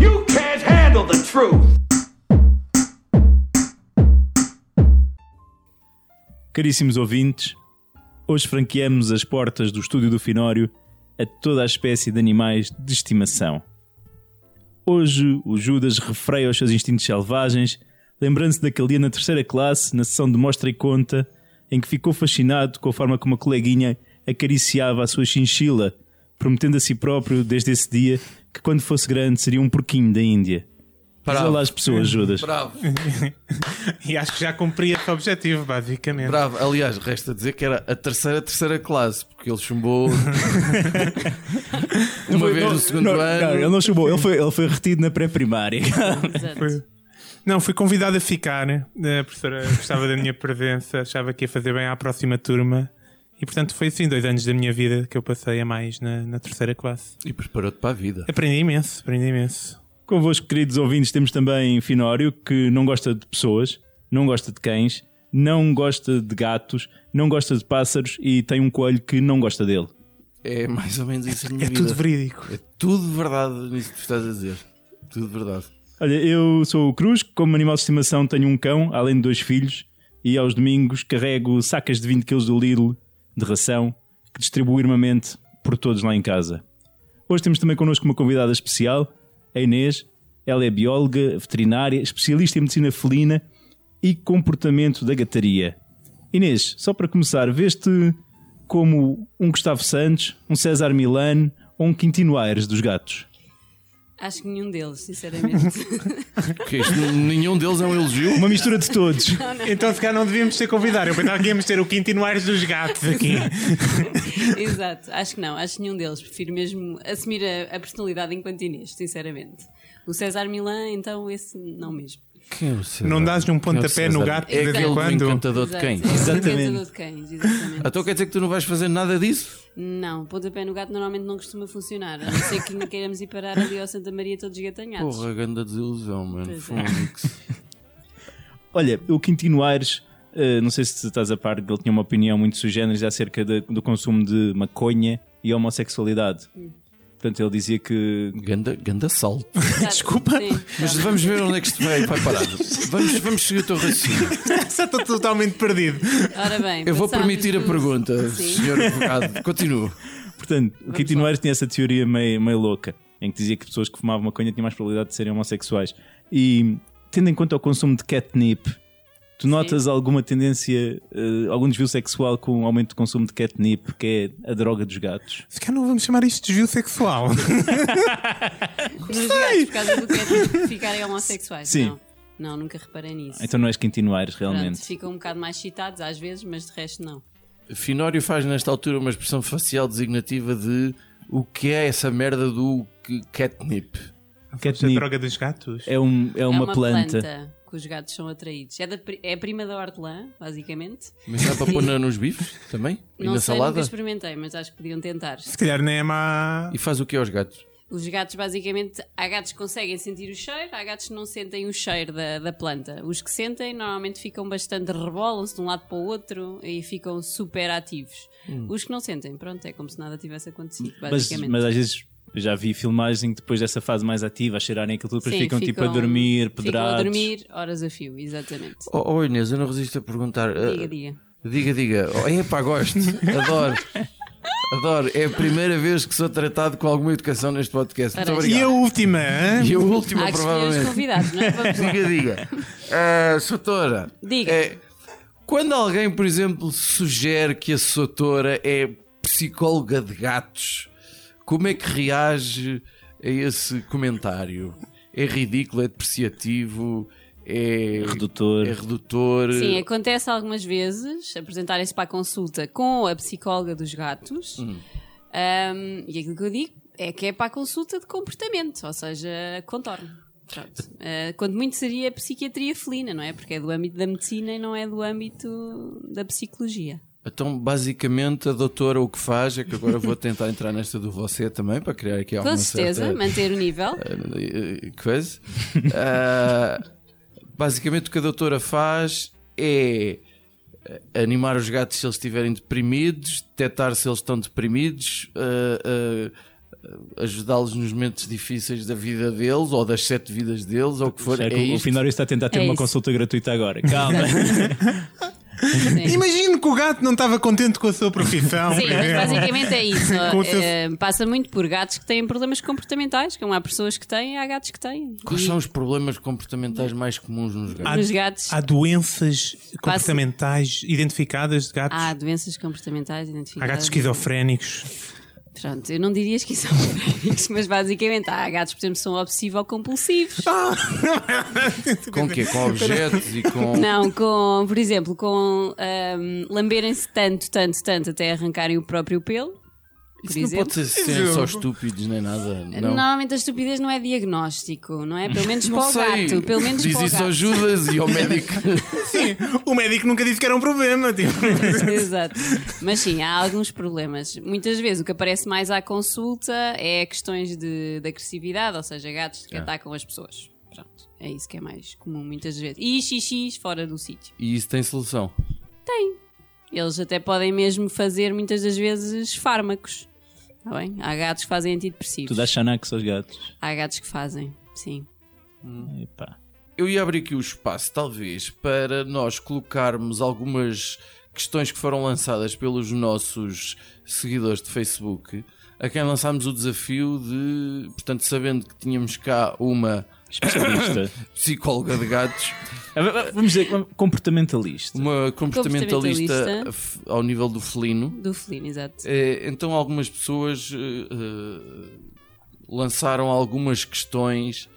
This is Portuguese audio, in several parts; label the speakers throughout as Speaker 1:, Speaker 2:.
Speaker 1: You can't handle the truth.
Speaker 2: Caríssimos ouvintes, hoje franqueamos as portas do estúdio do Finório a toda a espécie de animais de estimação. Hoje o Judas refreia os seus instintos selvagens, lembrando-se daquele dia na terceira classe, na sessão de mostra e conta, em que ficou fascinado com a forma como a coleguinha acariciava a sua chinchila, prometendo a si próprio, desde esse dia, que quando fosse grande seria um porquinho da Índia. Para
Speaker 3: Bravo.
Speaker 2: lá as pessoas, Judas.
Speaker 3: Bravo,
Speaker 4: E acho que já cumpri esse objetivo, basicamente.
Speaker 3: bravo. Aliás, resta dizer que era a terceira, terceira classe, porque ele chumbou uma vez
Speaker 2: Não,
Speaker 3: no segundo
Speaker 2: não,
Speaker 3: ano.
Speaker 2: não, ele não chegou, ele foi, ele foi retido na pré-primária.
Speaker 4: Foi- Não, fui convidado a ficar. né? A professora gostava da minha presença, achava que ia fazer bem à próxima turma. E portanto foi assim dois anos da minha vida que eu passei a mais na, na terceira classe.
Speaker 3: E preparou-te para a vida.
Speaker 4: Aprendi imenso, aprendi imenso.
Speaker 2: Convosco, queridos ouvintes, temos também Finório, que não gosta de pessoas, não gosta de cães, não gosta de gatos, não gosta de pássaros e tem um coelho que não gosta dele.
Speaker 3: É mais ou menos isso a minha
Speaker 4: É
Speaker 3: vida.
Speaker 4: tudo verídico.
Speaker 3: É tudo verdade nisso que tu estás a dizer. Tudo verdade.
Speaker 2: Olha, eu sou o Cruz, como animal de estimação tenho um cão, além de dois filhos, e aos domingos carrego sacas de 20 kg do Lidl de ração que distribuo irmamente por todos lá em casa. Hoje temos também connosco uma convidada especial, a Inês. Ela é bióloga, veterinária, especialista em medicina felina e comportamento da gataria. Inês, só para começar, veste como um Gustavo Santos, um César Milano ou um Quintino Aires dos gatos?
Speaker 5: Acho que nenhum deles, sinceramente.
Speaker 3: Porque isto, nenhum deles é um elogio.
Speaker 2: Uma mistura de todos.
Speaker 4: Então se calhar não devíamos ter convidado. Eu pensava que íamos ter o Quintino Aires dos Gatos aqui.
Speaker 5: Exato, acho que não, acho que nenhum deles. Prefiro mesmo assumir a, a personalidade enquanto Inês, sinceramente. O César Milan, então, esse não mesmo.
Speaker 3: Quem é o César?
Speaker 4: Não dás-lhe um pontapé
Speaker 3: Quem é o
Speaker 4: no
Speaker 3: César?
Speaker 4: gato de
Speaker 3: É
Speaker 4: vez em
Speaker 3: aquele do
Speaker 4: quando?
Speaker 3: encantador de
Speaker 5: Exato,
Speaker 3: cães.
Speaker 5: é o
Speaker 2: Exatamente.
Speaker 5: encantador de cães, exatamente.
Speaker 3: Então quer dizer que tu não vais fazer nada disso?
Speaker 5: Não, pontapé no gato normalmente não costuma funcionar. A não ser que queiramos ir parar ali ao Santa Maria todos gatanhados.
Speaker 3: Porra, grande desilusão, mano. um
Speaker 5: Pois é.
Speaker 3: Fónix.
Speaker 2: Olha, o Quintino Aires, eh, não sei se estás a par, ele tinha uma opinião muito sui generis acerca de- do consumo de maconha e homossexualidade. Portanto, ele dizia que.
Speaker 3: Ganda, ganda salto.
Speaker 5: Exato,
Speaker 2: Desculpa.
Speaker 5: sim,
Speaker 3: Mas
Speaker 5: claro.
Speaker 3: vamos ver onde é que isto vai, vai parar. Vamos, vamos seguir o teu raciocínio.
Speaker 4: Só estou totalmente perdido.
Speaker 5: Ora bem,
Speaker 3: Eu vou
Speaker 5: passámos
Speaker 3: permitir a
Speaker 5: do-
Speaker 3: pergunta,
Speaker 5: Sim.
Speaker 3: senhor advogado. Continua.
Speaker 2: Portanto, o Quintino
Speaker 5: lá.
Speaker 2: Aires tinha essa teoria meio, meio louca, em que dizia que pessoas que fumavam maconha tinham mais probabilidade de serem homossexuais. E tendo em conta o consumo de catnip, tu notas alguma tendência, eh, algum desvio sexual com o aumento do consumo de catnip, que é a droga dos gatos?
Speaker 4: Se calhar não vamos chamar isto de desvio sexual.
Speaker 5: Dos gatos, por causa do que é ficarem homossexuais.
Speaker 2: Sim.
Speaker 5: Não, não nunca reparei nisso.
Speaker 2: Então não és Quintino Aires,
Speaker 5: Pronto,
Speaker 2: realmente.
Speaker 5: ficam um bocado mais excitados às vezes, mas de resto não.
Speaker 3: Finório faz nesta altura uma expressão facial designativa de o que é essa merda do que- catnip.
Speaker 4: A
Speaker 2: catnip
Speaker 4: droga dos gatos.
Speaker 2: é, um, é, uma
Speaker 5: é uma
Speaker 2: planta.
Speaker 5: que os gatos são atraídos. É, da pri- é a prima da hortelã, basicamente.
Speaker 3: Mas dá para pôr na- nos bifes também? E
Speaker 5: não
Speaker 3: na
Speaker 5: sei,
Speaker 3: salada?
Speaker 5: nunca experimentei, mas acho que podiam tentar.
Speaker 4: Se calhar nem é má.
Speaker 3: E faz o que aos gatos?
Speaker 5: Os gatos, basicamente, há gatos que conseguem sentir o cheiro, há gatos que não sentem o cheiro da, da planta. Os que sentem, normalmente ficam bastante, rebolam-se de um lado para o outro e ficam super ativos. Os que não sentem, pronto, é como se nada tivesse acontecido,
Speaker 2: Hum. Mas,
Speaker 5: basicamente.
Speaker 2: mas às vezes eu já vi filmagem que depois dessa fase mais ativa, a cheirarem aquilo tudo, depois
Speaker 5: Sim,
Speaker 2: ficam, tipo a dormir,
Speaker 5: ficam
Speaker 2: pedrados.
Speaker 5: a dormir, horas a fio, exatamente.
Speaker 3: Oh, oh, Inês, eu não resisto a perguntar. ah,
Speaker 5: Diga, diga.
Speaker 3: diga. diga. Oh, epá, gosto. Adoro. Adoro. É a primeira vez que sou tratado com alguma educação neste podcast. Muito
Speaker 5: Parece.
Speaker 4: E a
Speaker 3: obrigado.
Speaker 4: última, hã?
Speaker 3: E a última,
Speaker 5: Há que escolher os
Speaker 3: provavelmente.
Speaker 5: convidados, não é? Vamos lá.
Speaker 3: Diga, diga. Ah, Sotora.
Speaker 5: Diga.
Speaker 3: É, quando alguém, por exemplo, sugere que a Sotora é psicóloga de gatos, como é que reage a esse comentário? É ridículo, é depreciativo, é
Speaker 2: Redutor.
Speaker 3: É redutor.
Speaker 5: Sim, acontece algumas vezes apresentarem-se para a consulta com a psicóloga dos gatos. Ahm, e aquilo que eu digo é que é para a consulta de comportamento, ou seja, contorno. Pronto. Ah, quanto muito seria a psiquiatria felina, não é? Porque é do âmbito da medicina e não é do âmbito da psicologia.
Speaker 3: Então, basicamente, a doutora o que faz é que agora vou tentar entrar nesta do você também, para criar aqui alguma
Speaker 5: Com certeza,
Speaker 3: certa...
Speaker 5: manter o nível.
Speaker 3: Então, Eh, coisa. Ah, basicamente o que a doutora faz é animar os gatos se eles estiverem deprimidos, detectar se eles estão deprimidos, ah, ah, ajudá-los nos momentos difíceis da vida deles ou das sete vidas deles, ou o que for.
Speaker 2: Já
Speaker 3: É
Speaker 2: que o- o
Speaker 3: isto.
Speaker 2: Finório está a tentar ter
Speaker 5: É
Speaker 2: uma
Speaker 5: isso.
Speaker 2: consulta gratuita agora. Calma.
Speaker 5: Sim.
Speaker 4: Imagino que o gato não estava contente com a sua profissão.
Speaker 5: Sim,
Speaker 4: por
Speaker 5: mas
Speaker 4: exemplo.
Speaker 5: basicamente é isso.
Speaker 4: Com o teu-
Speaker 5: Eh, passa muito por gatos que têm problemas comportamentais, como há pessoas que têm, há gatos que têm.
Speaker 3: Quais
Speaker 5: E
Speaker 3: são os problemas comportamentais mais comuns nos gatos?
Speaker 5: nos gatos
Speaker 4: Há doenças comportamentais identificadas de gatos.
Speaker 5: há doenças comportamentais
Speaker 4: Há gatos
Speaker 5: identificadas.
Speaker 4: esquizofrénicos.
Speaker 5: Pronto, eu não diria esquizofrénicos, um mas basicamente há gatos, por exemplo, que são obsessivo compulsivos.
Speaker 4: Ah,
Speaker 3: Com o quê? Com objetos e com.
Speaker 5: Não, com, por exemplo, com ahm, lamberem-se tanto, tanto, tanto até arrancarem o próprio pelo. Por
Speaker 3: Isso não
Speaker 5: exemplo.
Speaker 3: pode ser serem só estúpidos nem nada. Não.
Speaker 5: Normalmente a estupidez não é diagnóstico, não é? Pelo menos
Speaker 3: Não
Speaker 5: para o
Speaker 3: sei.
Speaker 5: gato. Pelo menos
Speaker 3: Diz
Speaker 5: para o
Speaker 3: isso
Speaker 5: gato.
Speaker 3: ao Judas e ao médico.
Speaker 4: Sim, o médico nunca disse que era um problema. Tipo.
Speaker 5: Exato. Mas sim, há alguns problemas. Muitas vezes o que aparece mais à consulta é questões de, de agressividade, ou seja, gatos
Speaker 3: É.
Speaker 5: que atacam as pessoas. Pronto, é isso que é mais comum muitas vezes. E xixis fora do sítio.
Speaker 3: E isso tem solução.
Speaker 5: Tem. Eles até podem mesmo fazer muitas das vezes fármacos. Está bem? Há gatos que fazem
Speaker 2: tu
Speaker 5: antidepressivos.
Speaker 2: dás xanax aos gatos.
Speaker 5: Há gatos que fazem, sim.
Speaker 2: Epá.
Speaker 3: Eu ia abrir aqui o espaço, talvez, para nós colocarmos algumas questões que foram lançadas pelos nossos seguidores de Facebook, a quem lançámos o desafio de, portanto, sabendo que tínhamos cá uma
Speaker 2: Especialista. Ah,
Speaker 3: psicóloga de gatos,
Speaker 2: Vamos dizer, comportamentalista.
Speaker 3: uma comportamentalista,
Speaker 5: Comportamentalista.
Speaker 3: f- ao nível do felino,
Speaker 5: Do felino, exato.
Speaker 3: Eh, então algumas pessoas eh, eh, lançaram algumas questões.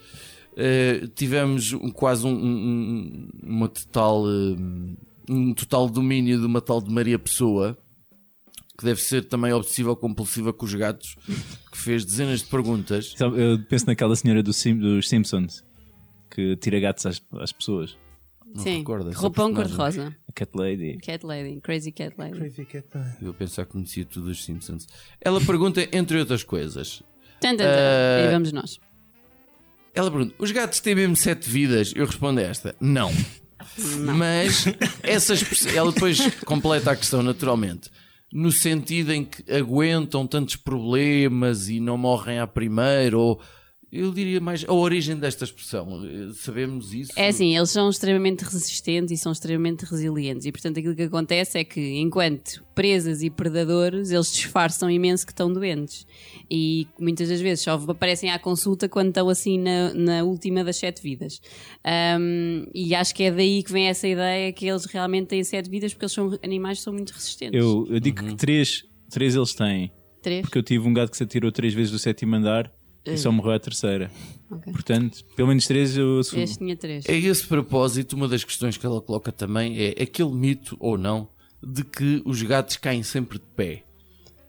Speaker 3: Eh, tivemos um- quase um, um- um- uma total eh, um total domínio de uma tal de Maria Pessoa que deve ser também obsessiva ou compulsiva com os gatos que fez dezenas de perguntas
Speaker 2: Sabe, Eu penso naquela senhora do Sim- dos Simpsons que tira gatos às, às pessoas.
Speaker 5: sim.
Speaker 3: recordo essa
Speaker 5: Roupão
Speaker 3: personagem.
Speaker 5: cor-de-rosa.
Speaker 2: A Cat Lady.
Speaker 5: Cat Lady. Crazy Cat Lady.
Speaker 3: eu pensar que conhecia tudo dos Simpsons ela pergunta entre outras coisas
Speaker 5: Tan, tan, tan.
Speaker 3: Eh,
Speaker 5: Aí vamos nós.
Speaker 3: Ela pergunta: os gatos têm mesmo sete vidas? Eu respondo a esta: não. Mas essas, pe- ela depois completa a questão naturalmente. No sentido em que aguentam tantos problemas e não morrem à primeira, ou eu diria mais a origem desta expressão. eh, Sabemos isso?
Speaker 5: É assim, eles são extremamente resistentes e são extremamente resilientes. E portanto aquilo que acontece é que, enquanto presas e predadores, eles disfarçam imenso que estão doentes. E muitas das vezes só aparecem à consulta quando estão assim na, na última das sete vidas. Ahm, e acho que é daí que vem essa ideia que eles realmente têm sete vidas porque eles são animais que são muito resistentes.
Speaker 2: Eu, eu digo
Speaker 3: Uhum.
Speaker 2: que três, três eles têm.
Speaker 5: Três?
Speaker 2: Porque eu tive um gato que se atirou três vezes do sétimo andar e só morreu à terceira.
Speaker 5: Ok.
Speaker 2: Portanto, pelo menos três eu assumo.
Speaker 5: Este tinha três.
Speaker 3: A É esse propósito, uma das questões que ela coloca também é aquele mito ou não de que os gatos caem sempre de pé.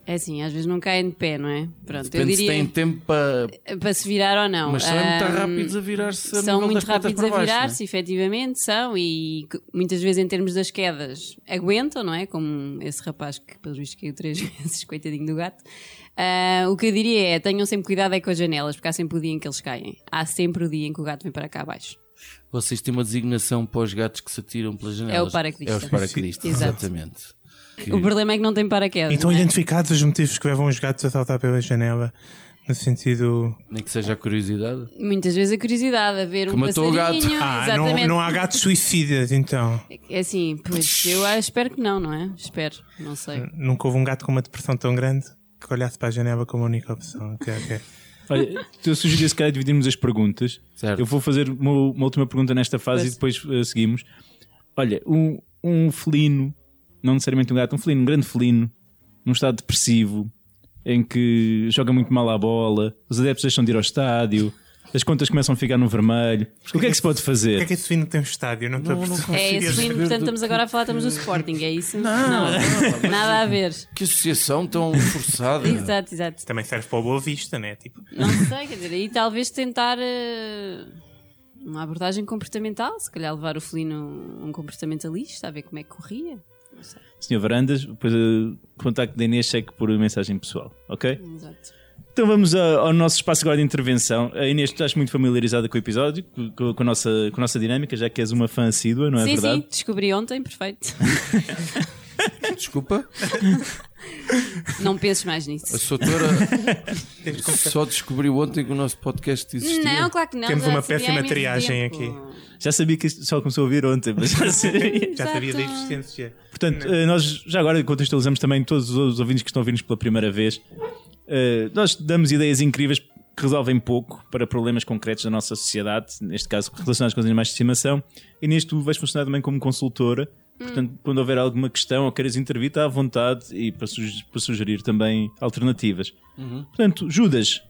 Speaker 5: É assim, às vezes não caem de pé, não é? Pronto, eu
Speaker 3: Depende se
Speaker 5: diria
Speaker 3: têm tempo para.
Speaker 5: para se virar ou não.
Speaker 3: Mas são muito
Speaker 5: Ahm,
Speaker 3: rápidos a virar-se. a nível
Speaker 5: são
Speaker 3: das
Speaker 5: muito
Speaker 3: patas
Speaker 5: rápidos
Speaker 3: para
Speaker 5: a
Speaker 3: baixo, não é?
Speaker 5: virar-se, efetivamente, são, e que muitas vezes em termos das quedas aguentam, não é? Como esse rapaz que, pelos vistos, caiu três vezes, coitadinho do gato. Ah, o que eu diria é: tenham sempre cuidado é com as janelas, porque há sempre o dia em que eles caem. Há sempre o dia em que o gato vem para cá abaixo.
Speaker 3: Vocês têm uma designação para os gatos que se atiram pelas janelas.
Speaker 5: o paraquedista.
Speaker 3: É os paraquedistas,
Speaker 5: Exato.
Speaker 3: exatamente. Que-
Speaker 5: O problema é que não tem paraquedas.
Speaker 4: E estão
Speaker 5: não é?
Speaker 4: identificados os motivos que levam os gatos a saltar pela janela. No sentido.
Speaker 3: Nem que seja a curiosidade.
Speaker 5: Muitas vezes a curiosidade, a ver
Speaker 3: Que
Speaker 5: um
Speaker 3: matou o gato.
Speaker 5: passarinho,
Speaker 4: Ah, não,
Speaker 5: exatamente.
Speaker 4: não há gatos suicidas, então.
Speaker 5: É assim, pois eu acho- espero que não, não é? Espero, não sei.
Speaker 4: Nunca houve um gato com uma depressão tão grande que olhasse para a janela como a única opção. Ok, ok.
Speaker 2: Olha, eu sugeri se calhar dividirmos as perguntas.
Speaker 3: Certo.
Speaker 2: Eu vou fazer uma, uma última pergunta nesta fase e depois eh, seguimos. Olha, um, um felino, não necessariamente um gato, um felino, um grande felino, num estado depressivo, em que joga muito mal à bola, os adeptos deixam de ir ao estádio, as contas começam a ficar no vermelho. O que é que se pode
Speaker 4: O que é
Speaker 2: fazer?
Speaker 4: que esse fino tem um estádio? Não estou a
Speaker 3: Não, não
Speaker 4: perceber.
Speaker 5: É esse lindo, portanto, estamos agora a falar, estamos do Sporting, é isso? Não, nada a ver.
Speaker 3: Que associação tão forçada.
Speaker 5: Exato, exato.
Speaker 4: Também serve para o Boa Vista, né? Tipo,
Speaker 5: Não sei, quer dizer, e talvez tentar eh, uma abordagem comportamental, se calhar levar o felino a um comportamentalista, a ver como é que corria.
Speaker 2: Senhor Varandas, depois eh, contacto da Inês, cheque por mensagem pessoal, ok?
Speaker 5: Exato.
Speaker 2: Então vamos a- ao nosso espaço agora de intervenção. A Inês, tu estás muito familiarizada com o episódio, co- co- com, a, nossa, com a nossa dinâmica, já que és uma fã assídua, não é
Speaker 5: sim,
Speaker 2: verdade?
Speaker 5: sim, descobri ontem, perfeito.
Speaker 3: Desculpa,
Speaker 5: Não penses mais
Speaker 3: a
Speaker 5: nisso.
Speaker 3: Sotora só descobriu ontem que o nosso podcast existia.
Speaker 5: Não, claro que não.
Speaker 4: Temos
Speaker 5: já
Speaker 4: uma
Speaker 5: sabia há
Speaker 4: péssima
Speaker 5: imenso
Speaker 4: triagem
Speaker 5: tempo.
Speaker 2: Já sabia que isto só começou a ouvir ontem, mas já sabia.
Speaker 4: Já sabia da
Speaker 5: Exato.
Speaker 4: existência.
Speaker 2: Portanto, eh, nós já agora contextualizamos também todos os ouvintes que estão a ouvir-nos pela primeira vez. Eh, Nós damos ideias incríveis que resolvem pouco para problemas concretos da nossa sociedade, neste caso relacionados com os animais de estimação. E neste tu vais funcionar também como consultora.
Speaker 4: Hum.
Speaker 2: Portanto, quando houver alguma questão ou queiras intervir, está à vontade e para, suge- para sugerir também alternativas.
Speaker 4: Uhum.
Speaker 2: Portanto, Judas,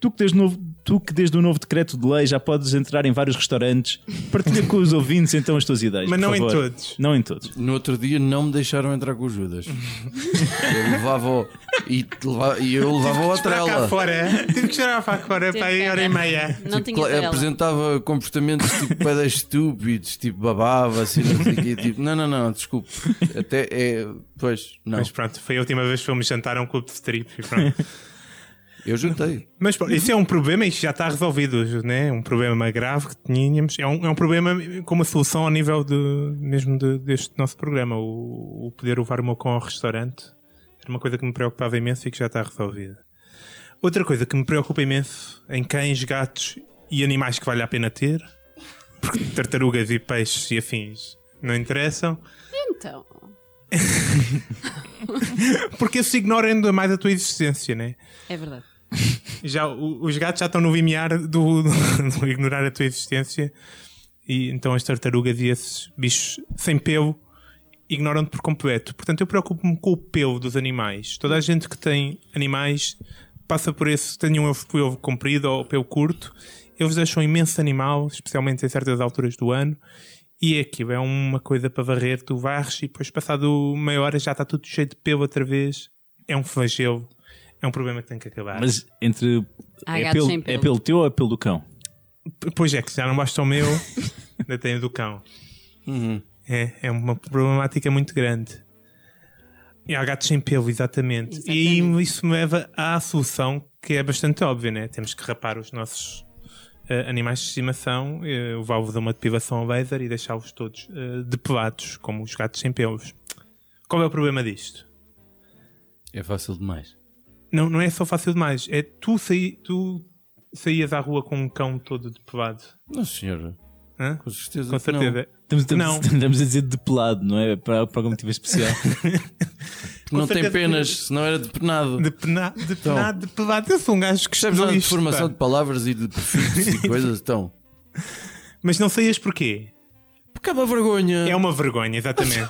Speaker 2: tu que, desde o novo, tu que desde o novo decreto de lei já podes entrar em vários restaurantes, partilha com os ouvintes então as tuas ideias.
Speaker 4: Mas
Speaker 2: por
Speaker 4: não em
Speaker 2: favor.
Speaker 4: todos.
Speaker 2: Não em todos.
Speaker 3: No outro dia não me deixaram entrar com o Judas. Eu levava e, te leva- e eu levava a
Speaker 4: Para cá
Speaker 3: trela.
Speaker 4: fora. Tive que chorar para fora para aí hora e meia.
Speaker 5: Não
Speaker 3: Tipo,
Speaker 5: tinha
Speaker 3: cla-
Speaker 5: trela.
Speaker 3: apresentava comportamentos tipo pedas estúpidos, tipo babava, assim, não sei o quê, tipo, não, não, não, desculpe. Até é. Pois, não.
Speaker 4: Mas pronto, foi a última vez que fomos jantar a um clube de strip e pronto.
Speaker 3: Eu juntei.
Speaker 4: Mas pronto, isso é um problema e já está resolvido, né? Um problema grave que tínhamos. É um, é um problema com uma solução ao nível do, mesmo de- deste nosso programa. O, o poder levar o meu cão ao restaurante era uma coisa que me preocupava imenso e que já está resolvida. Outra coisa que me preocupa imenso em cães, gatos e animais que vale a pena ter, porque tartarugas e peixes e afins não interessam,
Speaker 5: Então,
Speaker 4: porque eles ignoram ainda mais a tua existência, né?
Speaker 5: é verdade.
Speaker 4: já, o- os gatos já estão no limiar do, do ignorar a tua existência e então as tartarugas e esses bichos sem pelo ignoram-te por completo. Portanto, eu preocupo-me com o pelo dos animais. Toda a gente que tem animais passa por esse, tenham um pelo comprido ou pelo curto, eles deixam um imenso animal, especialmente em certas alturas do ano. E é aquilo é uma coisa para varrer, tu varres e depois passado meia hora já está tudo cheio de pelo outra vez. É um flagelo. É um problema que tem que acabar.
Speaker 2: Ah. Mas entre.
Speaker 5: Há
Speaker 2: é,
Speaker 5: gatos
Speaker 2: pelo,
Speaker 5: sem pelo.
Speaker 2: é pelo teu ou é pelo do cão?
Speaker 4: Pois é, que já não basta o meu, ainda tenho do cão. É, é uma problemática muito grande. E há gatos sem pelo, exatamente. E aí isso me leva à solução que é bastante óbvia, né? Temos que rapar os nossos eh, animais de estimação, eh, levá-los a uma depilação a laser e deixá-los todos eh, depilados, como os gatos sem pelos. Qual é o problema disto?
Speaker 3: É fácil demais.
Speaker 4: Não, não é só fácil demais. É tu, saí, tu saías à rua com um cão todo depilado.
Speaker 3: Não, senhora.
Speaker 4: Hã?
Speaker 3: Com certeza.
Speaker 4: Com
Speaker 3: que não.
Speaker 4: certeza.
Speaker 2: Estamos, estamos,
Speaker 4: Não.
Speaker 2: estamos a dizer depelado, não é? Para, para algum motivo especial.
Speaker 3: Não, tem
Speaker 4: certeza que
Speaker 3: penas,
Speaker 4: não.
Speaker 3: senão era depenado.
Speaker 4: De pena, de pena, de pelado. Eu sou um gajo que
Speaker 3: Percebes nada
Speaker 4: estudou
Speaker 3: Então. de
Speaker 4: isto,
Speaker 3: formação
Speaker 4: pá.
Speaker 3: de palavras e de perfis e coisas? Então.
Speaker 4: Mas não saías porquê.
Speaker 3: Porque é uma vergonha.
Speaker 4: É uma vergonha, exatamente.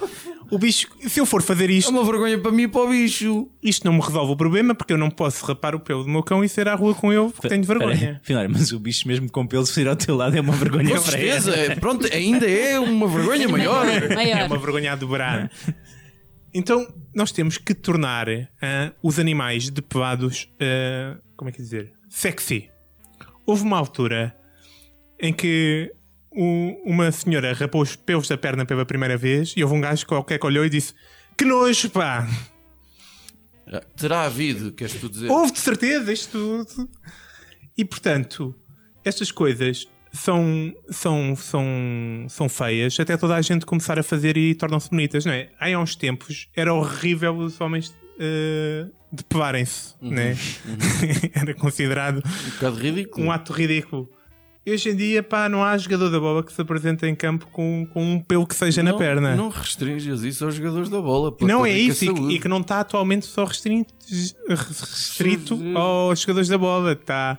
Speaker 4: o bicho, se eu for fazer
Speaker 3: É
Speaker 4: isto,
Speaker 3: uma vergonha para mim e para o bicho.
Speaker 4: isto não me resolve o problema porque eu não posso rapar o pelo do meu cão e sair à rua com ele porque tenho vergonha.
Speaker 2: Afinal, mas o bicho mesmo com pelo se ir ao teu lado é uma vergonha
Speaker 3: Com
Speaker 2: para ele.
Speaker 3: certeza. é- Pronto, ainda é uma vergonha maior.
Speaker 5: Maior.
Speaker 4: É uma vergonha a dobrar. É. Então, nós temos que tornar ah, os animais depelados, ah, como é que é dizer, sexy. Houve uma altura em que u- uma senhora rapou os pelos da perna pela primeira vez e houve um gajo qualquer que olhou e disse que nojo, pá!
Speaker 3: Terá havido, queres tu dizer?
Speaker 4: Houve de certeza isto tudo. E portanto, estas coisas são, são, são, são feias até toda a gente começar a fazer e tornam-se bonitas, não é? Há uns tempos era horrível os homens eh, depelarem-se,
Speaker 3: Uhum.
Speaker 4: não é? era considerado
Speaker 3: Um bocado ridículo.
Speaker 4: um ato ridículo. E hoje em dia, pá, não há jogador da bola que se apresente em campo com, com um pelo que seja na
Speaker 3: Não-
Speaker 4: perna.
Speaker 3: Não restringes isso aos jogadores da bola. pela
Speaker 4: Não
Speaker 3: tua
Speaker 4: é
Speaker 3: rica
Speaker 4: isso, e que,
Speaker 3: saúde.
Speaker 4: e que não está atualmente só restrito, restrito aos jogadores da bola. Está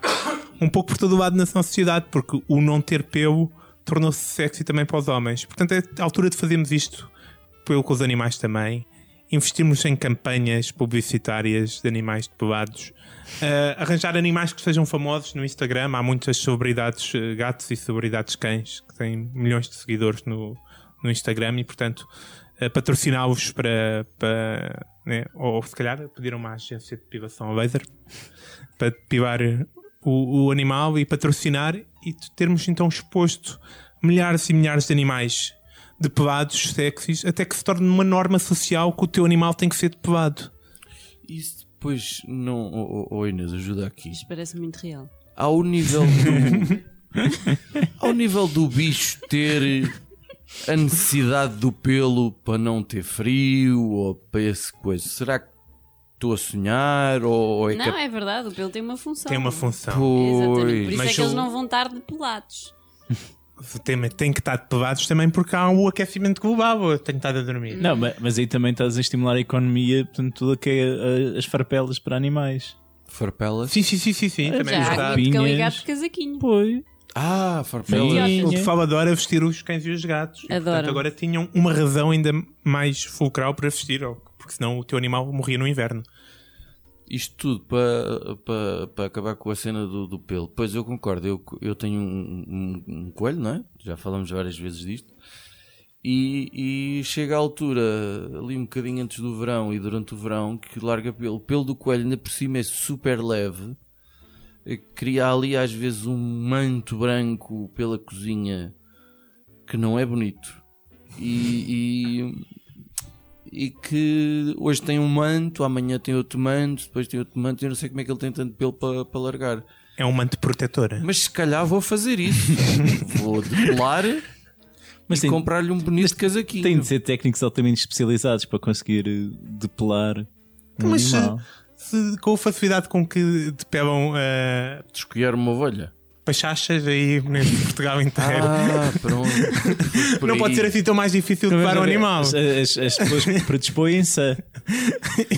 Speaker 4: um pouco por todo o lado na nossa sociedade, porque o não ter pelo tornou-se sexy também para os homens. Portanto, é a altura de fazermos isto pelo com os animais também. Investirmos em campanhas publicitárias de animais depelados. Ah, arranjar animais que sejam famosos no Instagram. Há muitas celebridades eh, gatos e celebridades cães que têm milhões de seguidores no, no Instagram e, portanto, eh, patrociná-los para. para, né, ou se calhar pedir a uma agência de depilação a laser para depilar eh, o, o animal e patrocinar e termos então exposto milhares e milhares de animais depelados, sexys, até que se torne uma norma social que o teu animal tem que ser depelado.
Speaker 3: Isso depois não. Oh, oh, oh, Inês, ajuda aqui.
Speaker 5: Isto parece muito real.
Speaker 3: Ao nível do. ao nível do bicho ter a necessidade do pelo para não ter frio ou para esse coisa. Será que estou a sonhar? Ou, ou é
Speaker 5: Não,
Speaker 3: que.
Speaker 5: é verdade, o pelo tem uma função.
Speaker 4: Tem uma
Speaker 5: não é?
Speaker 4: função.
Speaker 5: Exatamente. Por
Speaker 3: Pois.
Speaker 5: isso
Speaker 4: Mas
Speaker 5: é que eles
Speaker 4: eu-
Speaker 5: não vão estar depelados.
Speaker 4: Tem, tem é que estar depelados também porque há o aquecimento global. Eu tenho estado a dormir.
Speaker 2: Não, ma- mas aí também estás a estimular a economia, portanto, tudo o que é a- as farpelas para animais.
Speaker 3: Farpelas?
Speaker 4: Sim, sim, sim, sim, sim. Também
Speaker 5: Já há
Speaker 4: está.
Speaker 5: gato de cão e
Speaker 2: Roupinhas.
Speaker 5: gato de casaquinho.
Speaker 2: Pois.
Speaker 3: Ah,
Speaker 2: Sim.
Speaker 3: farpelas.
Speaker 5: Sim.
Speaker 4: O pessoal adora é vestir os cães e os gatos. E,
Speaker 5: Adoram.
Speaker 4: portanto, agora tinham uma razão ainda mais fulcral para vestir, ou- porque senão o teu animal morria no inverno.
Speaker 3: Isto tudo para, para, para acabar com a cena do, do pelo. Pois eu concordo, eu, eu tenho um, um- um coelho, não é? Já falamos várias vezes disto. E, e chega a altura, ali um bocadinho antes do verão e durante o verão, que larga pelo. O pelo do coelho, ainda por cima, é super leve. Eh, Cria ali às vezes um manto branco pela cozinha que não é bonito. E- e e que hoje tem um manto, amanhã tem outro manto, depois tem outro manto, e eu não sei como é que ele tem tanto pelo para, para largar.
Speaker 4: É um manto protetor.
Speaker 3: Mas se calhar vou fazer isso. vou depilar
Speaker 2: Mas
Speaker 3: e
Speaker 2: tem-
Speaker 3: comprar-lhe um bonito casaquinho.
Speaker 2: Tem de ser técnicos altamente especializados para conseguir eh, depelar um
Speaker 4: Mas se,
Speaker 2: animal.
Speaker 4: se com a facilidade com que depelam eh,
Speaker 3: de escolher uma ovelha.
Speaker 4: pachachas aí neste Portugal inteiro,
Speaker 3: Ah, pronto. Foi por
Speaker 4: não pode
Speaker 3: aí. é.
Speaker 4: ser assim tão mais difícil de levar um animal.
Speaker 2: As, as- as pessoas predispõem-se a.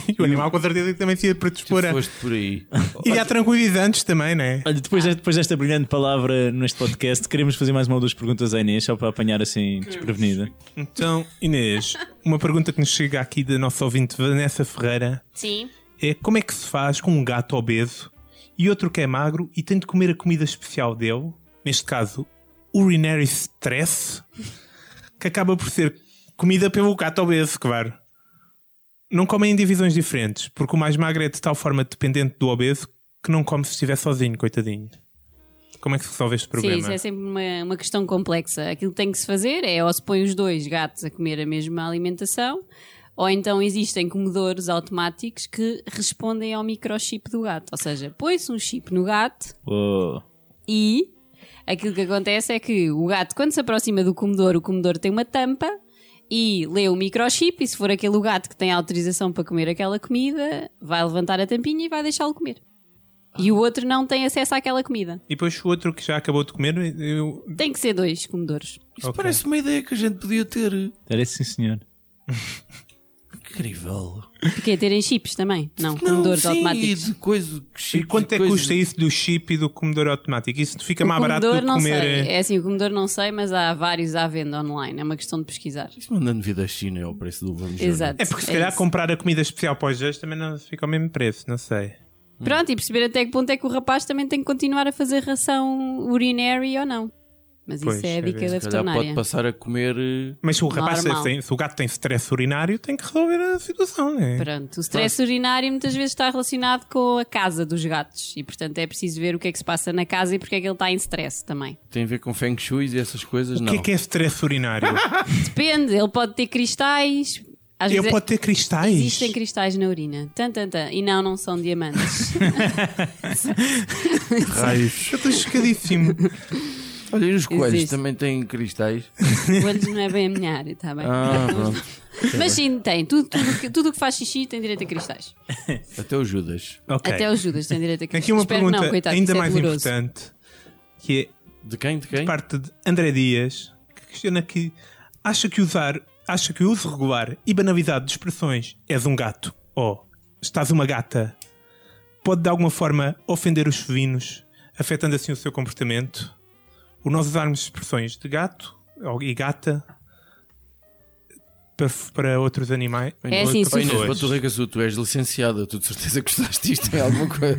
Speaker 4: E o animal, com certeza, que também se ia
Speaker 3: Tu
Speaker 4: predispor a-
Speaker 3: tipo- foste por aí.
Speaker 4: E há tranquilizantes também, não é?
Speaker 2: Olha, depois, de- depois desta brilhante palavra neste podcast, queremos fazer mais uma ou duas perguntas à Inês, só para apanhar assim desprevenida.
Speaker 4: Então, Inês, uma pergunta que nos chega aqui da nossa ouvinte Vanessa Ferreira
Speaker 5: Sim.
Speaker 4: é como é que se faz com um gato obeso e outro que é magro e tem de comer a comida especial dele, neste caso, urinary stress, que acaba por ser comida pelo gato obeso, claro. Não comem em divisões diferentes, porque o mais magro é de tal forma dependente do obeso que não come se estiver sozinho, coitadinho. Como é que se resolve este
Speaker 5: Sim,
Speaker 4: problema?
Speaker 5: isso é sempre uma, uma questão complexa. Aquilo que tem que se fazer é ou se põe os dois gatos a comer a mesma alimentação, ou então existem comedores automáticos que respondem ao microchip do gato. Ou seja, põe-se um chip no gato
Speaker 2: Oh,
Speaker 5: e aquilo que acontece é que o gato, quando se aproxima do comedor, o comedor tem uma tampa e lê o microchip. E se for aquele o gato que tem autorização para comer aquela comida, vai levantar a tampinha e vai deixá-lo comer. E o outro não tem acesso àquela comida.
Speaker 4: E depois o outro que já acabou de comer, eu...
Speaker 5: Tem que ser dois comedores.
Speaker 3: Isso
Speaker 4: Ok.
Speaker 3: parece uma ideia que a gente podia ter.
Speaker 2: parece sim, senhor.
Speaker 3: Incrível.
Speaker 5: Porquê? Terem chips também? Não,
Speaker 3: Não,
Speaker 5: comedores
Speaker 3: sim,
Speaker 5: automáticos.
Speaker 3: e de coisa,
Speaker 4: E quanto é que
Speaker 3: tipo coisa-
Speaker 4: custa isso do chip e do comedor automático? Isso fica É mais barato do
Speaker 5: comedor
Speaker 4: que
Speaker 5: não
Speaker 4: comer.
Speaker 5: sei.
Speaker 4: eh,
Speaker 5: É assim, o comedor não sei, mas há vários à venda online. É uma questão de pesquisar.
Speaker 3: Isso mandando vir da China é o preço do vamos
Speaker 5: Exato.
Speaker 4: É porque se calhar
Speaker 5: isso.
Speaker 4: comprar a comida especial para os dois também não fica ao mesmo preço, não sei.
Speaker 5: Pronto, e perceber até que ponto é que o rapaz também tem que continuar a fazer ração urinary ou não. Mas isso
Speaker 4: Pois,
Speaker 5: é a
Speaker 4: é
Speaker 5: dica
Speaker 4: ver.
Speaker 5: da
Speaker 3: Se calhar pode
Speaker 5: veterinária.
Speaker 3: passar a comer. eh,
Speaker 4: Mas se o, rapaz
Speaker 5: Normal.
Speaker 4: tem- se o gato tem stress urinário, tem que resolver a situação, né?
Speaker 5: Pronto, o stress urinário muitas vezes está relacionado com a casa dos gatos e, portanto, é preciso ver o que é que se passa na casa e porque é que ele está em stress também.
Speaker 3: Tem a ver com Feng Shui e essas coisas?
Speaker 4: O
Speaker 3: não.
Speaker 4: que é que é stress urinário?
Speaker 5: Depende, ele pode ter cristais. Às
Speaker 4: Eu
Speaker 5: vezes é-
Speaker 4: pode ter cristais.
Speaker 5: Existem cristais na urina. Tan, tan, tan. E não, não são diamantes.
Speaker 4: Eu estou chocadíssimo.
Speaker 3: Olha, e os coelhos
Speaker 5: Existe.
Speaker 3: também têm cristais?
Speaker 5: o olhos não é bem a minha área, está bem?
Speaker 3: Ah, pronto.
Speaker 5: Mas sim, tem. Tudo tudo o que, tudo o que faz xixi tem direito a cristais.
Speaker 3: Até o Judas.
Speaker 4: ok.
Speaker 5: Até o Judas tem direito a cristais.
Speaker 4: Aqui uma
Speaker 5: Espero que
Speaker 4: pergunta
Speaker 5: não, coitado,
Speaker 4: ainda
Speaker 5: isso é
Speaker 4: mais
Speaker 5: doloroso.
Speaker 4: importante, que é
Speaker 3: De quem? De quem?
Speaker 4: parte de André Dias, que questiona que acha que usar, acha que o uso regular e banalizado de expressões és um gato ou estás uma gata pode de alguma forma ofender os felinos, afetando assim o seu comportamento. O nós usarmos expressões de gato ou- e gata para, para outros animais.
Speaker 5: É assim,
Speaker 3: Bem, Inês,
Speaker 5: Pessoas.
Speaker 3: para tu rica sua, tu és licenciada, tu de certeza gostaste disto em alguma coisa.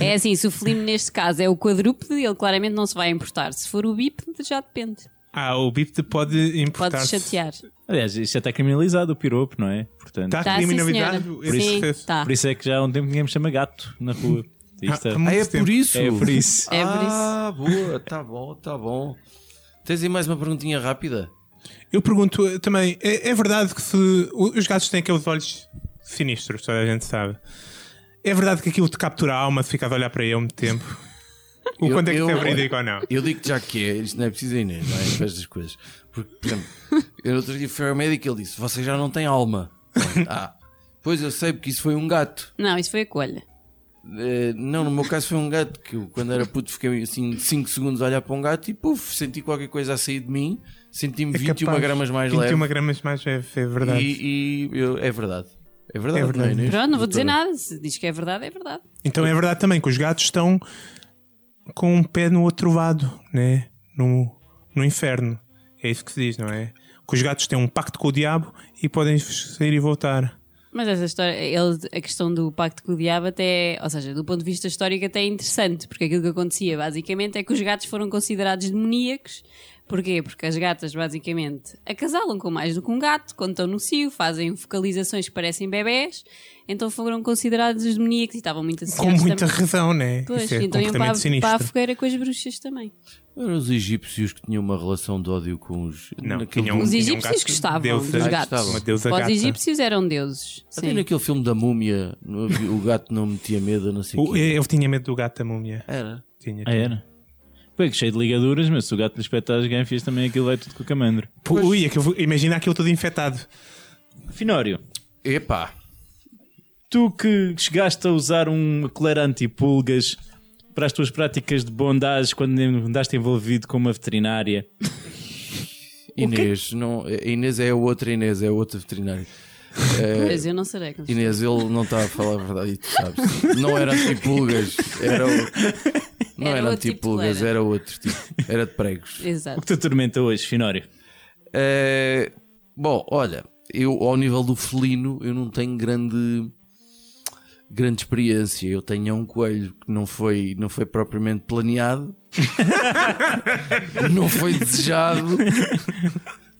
Speaker 5: É assim, se o felino neste caso é o quadrúpede, ele claramente não se vai importar. Se for o bípede, já depende.
Speaker 4: Ah, o bípede pode importar.
Speaker 5: Pode chatear. Está,
Speaker 2: Aliás, isto já está criminalizado, o piropo, não é? Portanto,
Speaker 4: Está
Speaker 5: Tá, sim, senhora.
Speaker 4: criminalidade. Tá esse
Speaker 5: Sim, tá.
Speaker 4: processo.
Speaker 5: está.
Speaker 2: por isso é que já há um tempo ninguém me chama gato na rua. Isto
Speaker 4: Tá. Ah,
Speaker 2: é-
Speaker 4: há muito
Speaker 3: Ah, é
Speaker 4: tempo.
Speaker 3: por isso?
Speaker 2: é por isso.
Speaker 4: Ah.
Speaker 5: É por isso.
Speaker 3: Ah, boa, tá bom, tá bom. Tens aí mais uma perguntinha rápida?
Speaker 4: Eu pergunto eh, também, é, é verdade que se o- os gatos têm aqueles olhos sinistros, toda a gente sabe. É verdade que aquilo te captura a alma se ficas a olhar para ele muito tempo? O
Speaker 3: Eu-
Speaker 4: quanto é que
Speaker 3: eu-
Speaker 4: isso é verídico ou não?
Speaker 3: Eu digo já que é, isto não é preciso a Inês, não é? Para estas coisas. Porque, por exemplo, eu no outro dia fui ao médico e ele disse: Você já não tem alma. Ah, pois eu sei, porque isso foi um gato.
Speaker 5: Não, isso foi a coelha.
Speaker 3: Eh, não, no meu caso foi um gato que eu, quando era puto, fiquei assim 5 segundos a olhar para um gato e puf, senti qualquer coisa a sair de mim, senti-me
Speaker 4: É
Speaker 3: 21
Speaker 4: capaz.
Speaker 3: gramas mais
Speaker 4: 21
Speaker 3: leve.
Speaker 4: gramas mais leve, é verdade.
Speaker 3: E, e eu- é verdade. É verdade,
Speaker 4: É
Speaker 3: não
Speaker 4: verdade.
Speaker 3: Inês?
Speaker 5: Pronto, não vou dizer
Speaker 3: Doutora.
Speaker 5: nada. Se diz que é verdade, é verdade.
Speaker 4: Então é verdade também que os gatos estão com um pé no outro lado, né? No, no inferno. É isso que se diz, não é? Que os gatos têm um pacto com o diabo e podem sair e voltar.
Speaker 5: Mas essa história, ele, a questão do pacto com o diabo até, ou seja, do ponto de vista histórico até é interessante, porque aquilo que acontecia basicamente é que os gatos foram considerados demoníacos. Porquê? Porque as gatas basicamente acasalam com mais do que um gato, quando estão no cio, fazem focalizações que parecem bebés, então foram considerados os demoníacos e estavam muito
Speaker 4: Com
Speaker 5: associados
Speaker 4: muita
Speaker 5: também.
Speaker 4: razão, né?
Speaker 5: Pois,
Speaker 4: Isso é
Speaker 5: então iam para,
Speaker 4: completamente
Speaker 5: a- para a
Speaker 4: sinistro.
Speaker 5: fogueira com as bruxas também.
Speaker 3: Eram os egípcios que tinham uma relação de ódio com os.
Speaker 4: Não,
Speaker 3: naquele
Speaker 4: tinham-
Speaker 5: Os
Speaker 4: Tinha um
Speaker 5: egípcios
Speaker 4: gato-
Speaker 5: gostavam
Speaker 4: deusa-
Speaker 5: dos
Speaker 3: Ah,
Speaker 5: gatos.
Speaker 3: gostavam. Uma
Speaker 4: deusa
Speaker 5: Para
Speaker 4: gata.
Speaker 5: Os egípcios eram deuses.
Speaker 3: Até
Speaker 5: sim.
Speaker 3: naquele filme da múmia, não havia- o gato não metia medo, não sei o
Speaker 4: O-
Speaker 3: quê.
Speaker 4: eu tinha medo do gato da múmia.
Speaker 3: Era.
Speaker 4: Tinha.
Speaker 2: Ah, era? Pô, é que cheio de ligaduras, mas se o gato lhe espetar as ganfias também aquilo vai tudo com o camandro.
Speaker 4: Pô, Tipo, Ui, é aquilo, imagina aquilo tudo infectado.
Speaker 2: Finório,
Speaker 3: Epá,
Speaker 2: tu que chegaste a usar um colher anti-pulgas para as tuas práticas de bondage quando andaste envolvido com uma veterinária,
Speaker 3: Inês, não, a Inês é a outra Inês, é a outra veterinária.
Speaker 5: Pois, eu não serei. como é se-
Speaker 3: Inês, ele não está a falar a verdade, e tu sabes. Não era antipulgas, era o. Não
Speaker 5: Era
Speaker 3: era,
Speaker 5: outro tipo de
Speaker 3: antipulgas,
Speaker 5: coleira.
Speaker 3: era outro tipo. Era de pregos.
Speaker 2: o
Speaker 5: Exato.
Speaker 2: que te atormenta hoje, Finório?
Speaker 3: É, bom, olha, eu ao nível do felino eu não tenho grande grande experiência. Eu tenho um coelho que não foi não foi propriamente planeado, não foi desejado,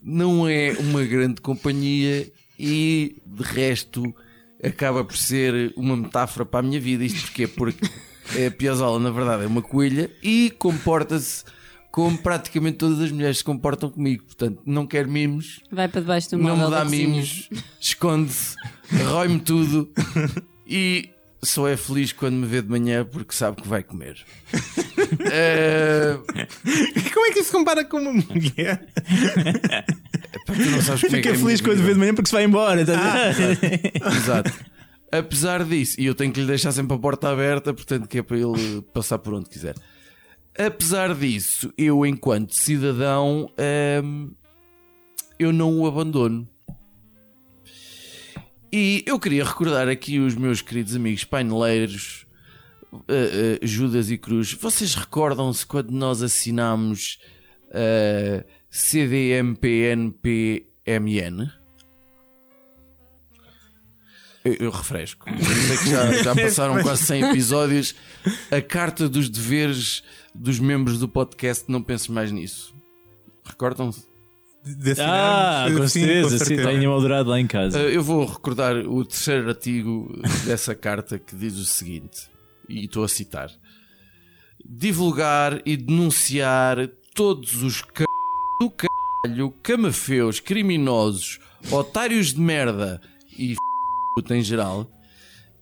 Speaker 3: não é uma grande companhia e de resto acaba por ser uma metáfora para a minha vida. Isto porquê? Porque a Piazzolla na verdade é uma coelha e comporta-se como praticamente todas as mulheres se comportam comigo. Portanto, não quer mimos,
Speaker 5: Vai para debaixo do
Speaker 3: não
Speaker 5: móvel
Speaker 3: me
Speaker 5: da
Speaker 3: dá
Speaker 5: cozinha.
Speaker 3: mimos, esconde-se, rói-me tudo e só é feliz quando me vê de manhã porque sabe que vai comer. Eh,
Speaker 4: Como é que isso compara com uma mulher?
Speaker 3: pá, tu não sabes como é
Speaker 2: Fica
Speaker 3: que é a
Speaker 2: feliz
Speaker 3: minha
Speaker 2: quando
Speaker 3: vida.
Speaker 2: vê de manhã porque se vai embora. tá estás a ver?
Speaker 3: Exato. Apesar disso, e eu tenho que lhe deixar sempre a porta aberta, portanto, que é para ele passar por onde quiser. Apesar disso, eu, enquanto cidadão, hum, eu não o abandono. E eu queria recordar aqui os meus queridos amigos paineleiros, eh, eh, Judas e Cruz. Vocês recordam-se quando nós assinámos eh, CDMPNPMN? Eu, eu refresco. Eu sei que já, já passaram quase 100 episódios. A carta dos deveres dos membros do podcast, não penso mais nisso. Recordam-se?
Speaker 4: De
Speaker 2: Ah,
Speaker 4: assinarmos?
Speaker 2: com
Speaker 4: Sim,
Speaker 2: certeza, sim, tenho moldurado lá em
Speaker 3: Uh,
Speaker 2: casa.
Speaker 3: Eu vou recordar o terceiro artigo dessa carta que diz o seguinte, e estou a citar: divulgar e denunciar todos os c... do caralho, camafeus, criminosos, otários de merda e f... em geral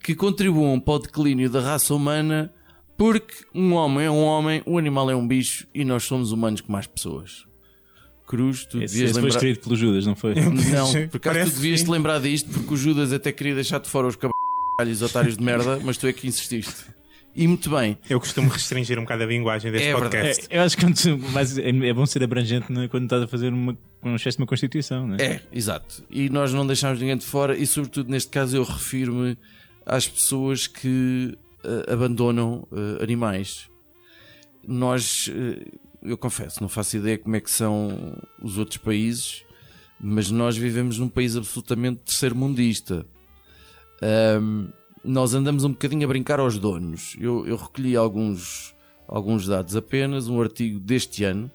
Speaker 3: que contribuam para o declínio da raça humana, porque um homem é um homem, um animal é um bicho e nós somos humanos como mais pessoas. Cruz, tu
Speaker 2: Esse,
Speaker 3: devias
Speaker 2: esse foi
Speaker 3: lembrar.
Speaker 2: escrito pelo Judas, não foi?
Speaker 3: Não,
Speaker 4: Sim,
Speaker 3: por acaso
Speaker 4: parece
Speaker 3: tu devias
Speaker 4: sim.
Speaker 3: te lembrar disto, porque o Judas até queria deixar de fora os cabalhos otários de merda, mas tu é que insististe. E muito bem,
Speaker 4: Eu costumo restringir um bocado a linguagem deste
Speaker 3: É
Speaker 2: É,
Speaker 4: podcast.
Speaker 2: eu acho que quando tu- mas é, é bom ser abrangente né, quando estás a fazer uma, uma espécie de uma constituição, né?
Speaker 3: é, exato. E nós não deixámos ninguém de fora, e sobretudo neste caso eu refiro-me às pessoas que eh, abandonam eh, animais. Nós, eh, eu confesso, não faço ideia como é que são os outros países, mas nós vivemos num país absolutamente terceiro-mundista. Ahm, nós andamos um bocadinho a brincar aos donos. Eu, eu recolhi alguns, alguns dados apenas. Um artigo deste ano,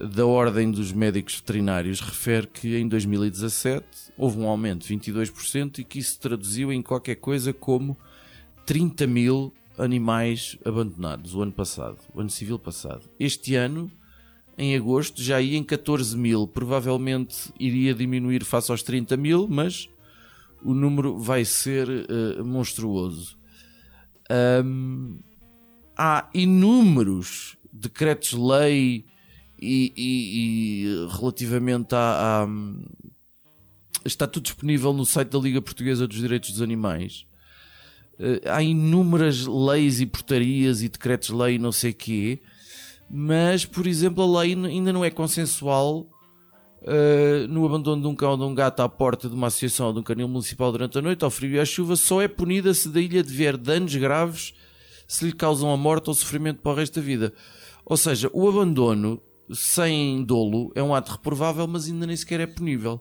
Speaker 3: da Ordem dos Médicos Veterinários, refere que em 2017 houve um aumento de 22% e que isso se traduziu em qualquer coisa como 30 mil animais abandonados o ano passado, o ano civil passado. Este ano, em agosto já ia em 14 mil. Provavelmente iria diminuir face aos 30 mil, mas o número vai ser eh, monstruoso. Ahm, há inúmeros decretos-lei e, e- e relativamente à, à- Está tudo disponível no site da Liga Portuguesa dos Direitos dos Animais. Eh, há inúmeras leis e portarias e decretos-lei e não sei quê, mas, por exemplo, a lei n- ainda não é consensual eh, no abandono de um cão ou de um gato à porta de uma associação ou de um canil municipal durante a noite, ao frio e à chuva, só é punida se da ilha dever danos graves se lhe causam a morte ou sofrimento para o resto da vida. Ou seja, o abandono sem dolo é um ato reprovável, mas ainda nem sequer é punível.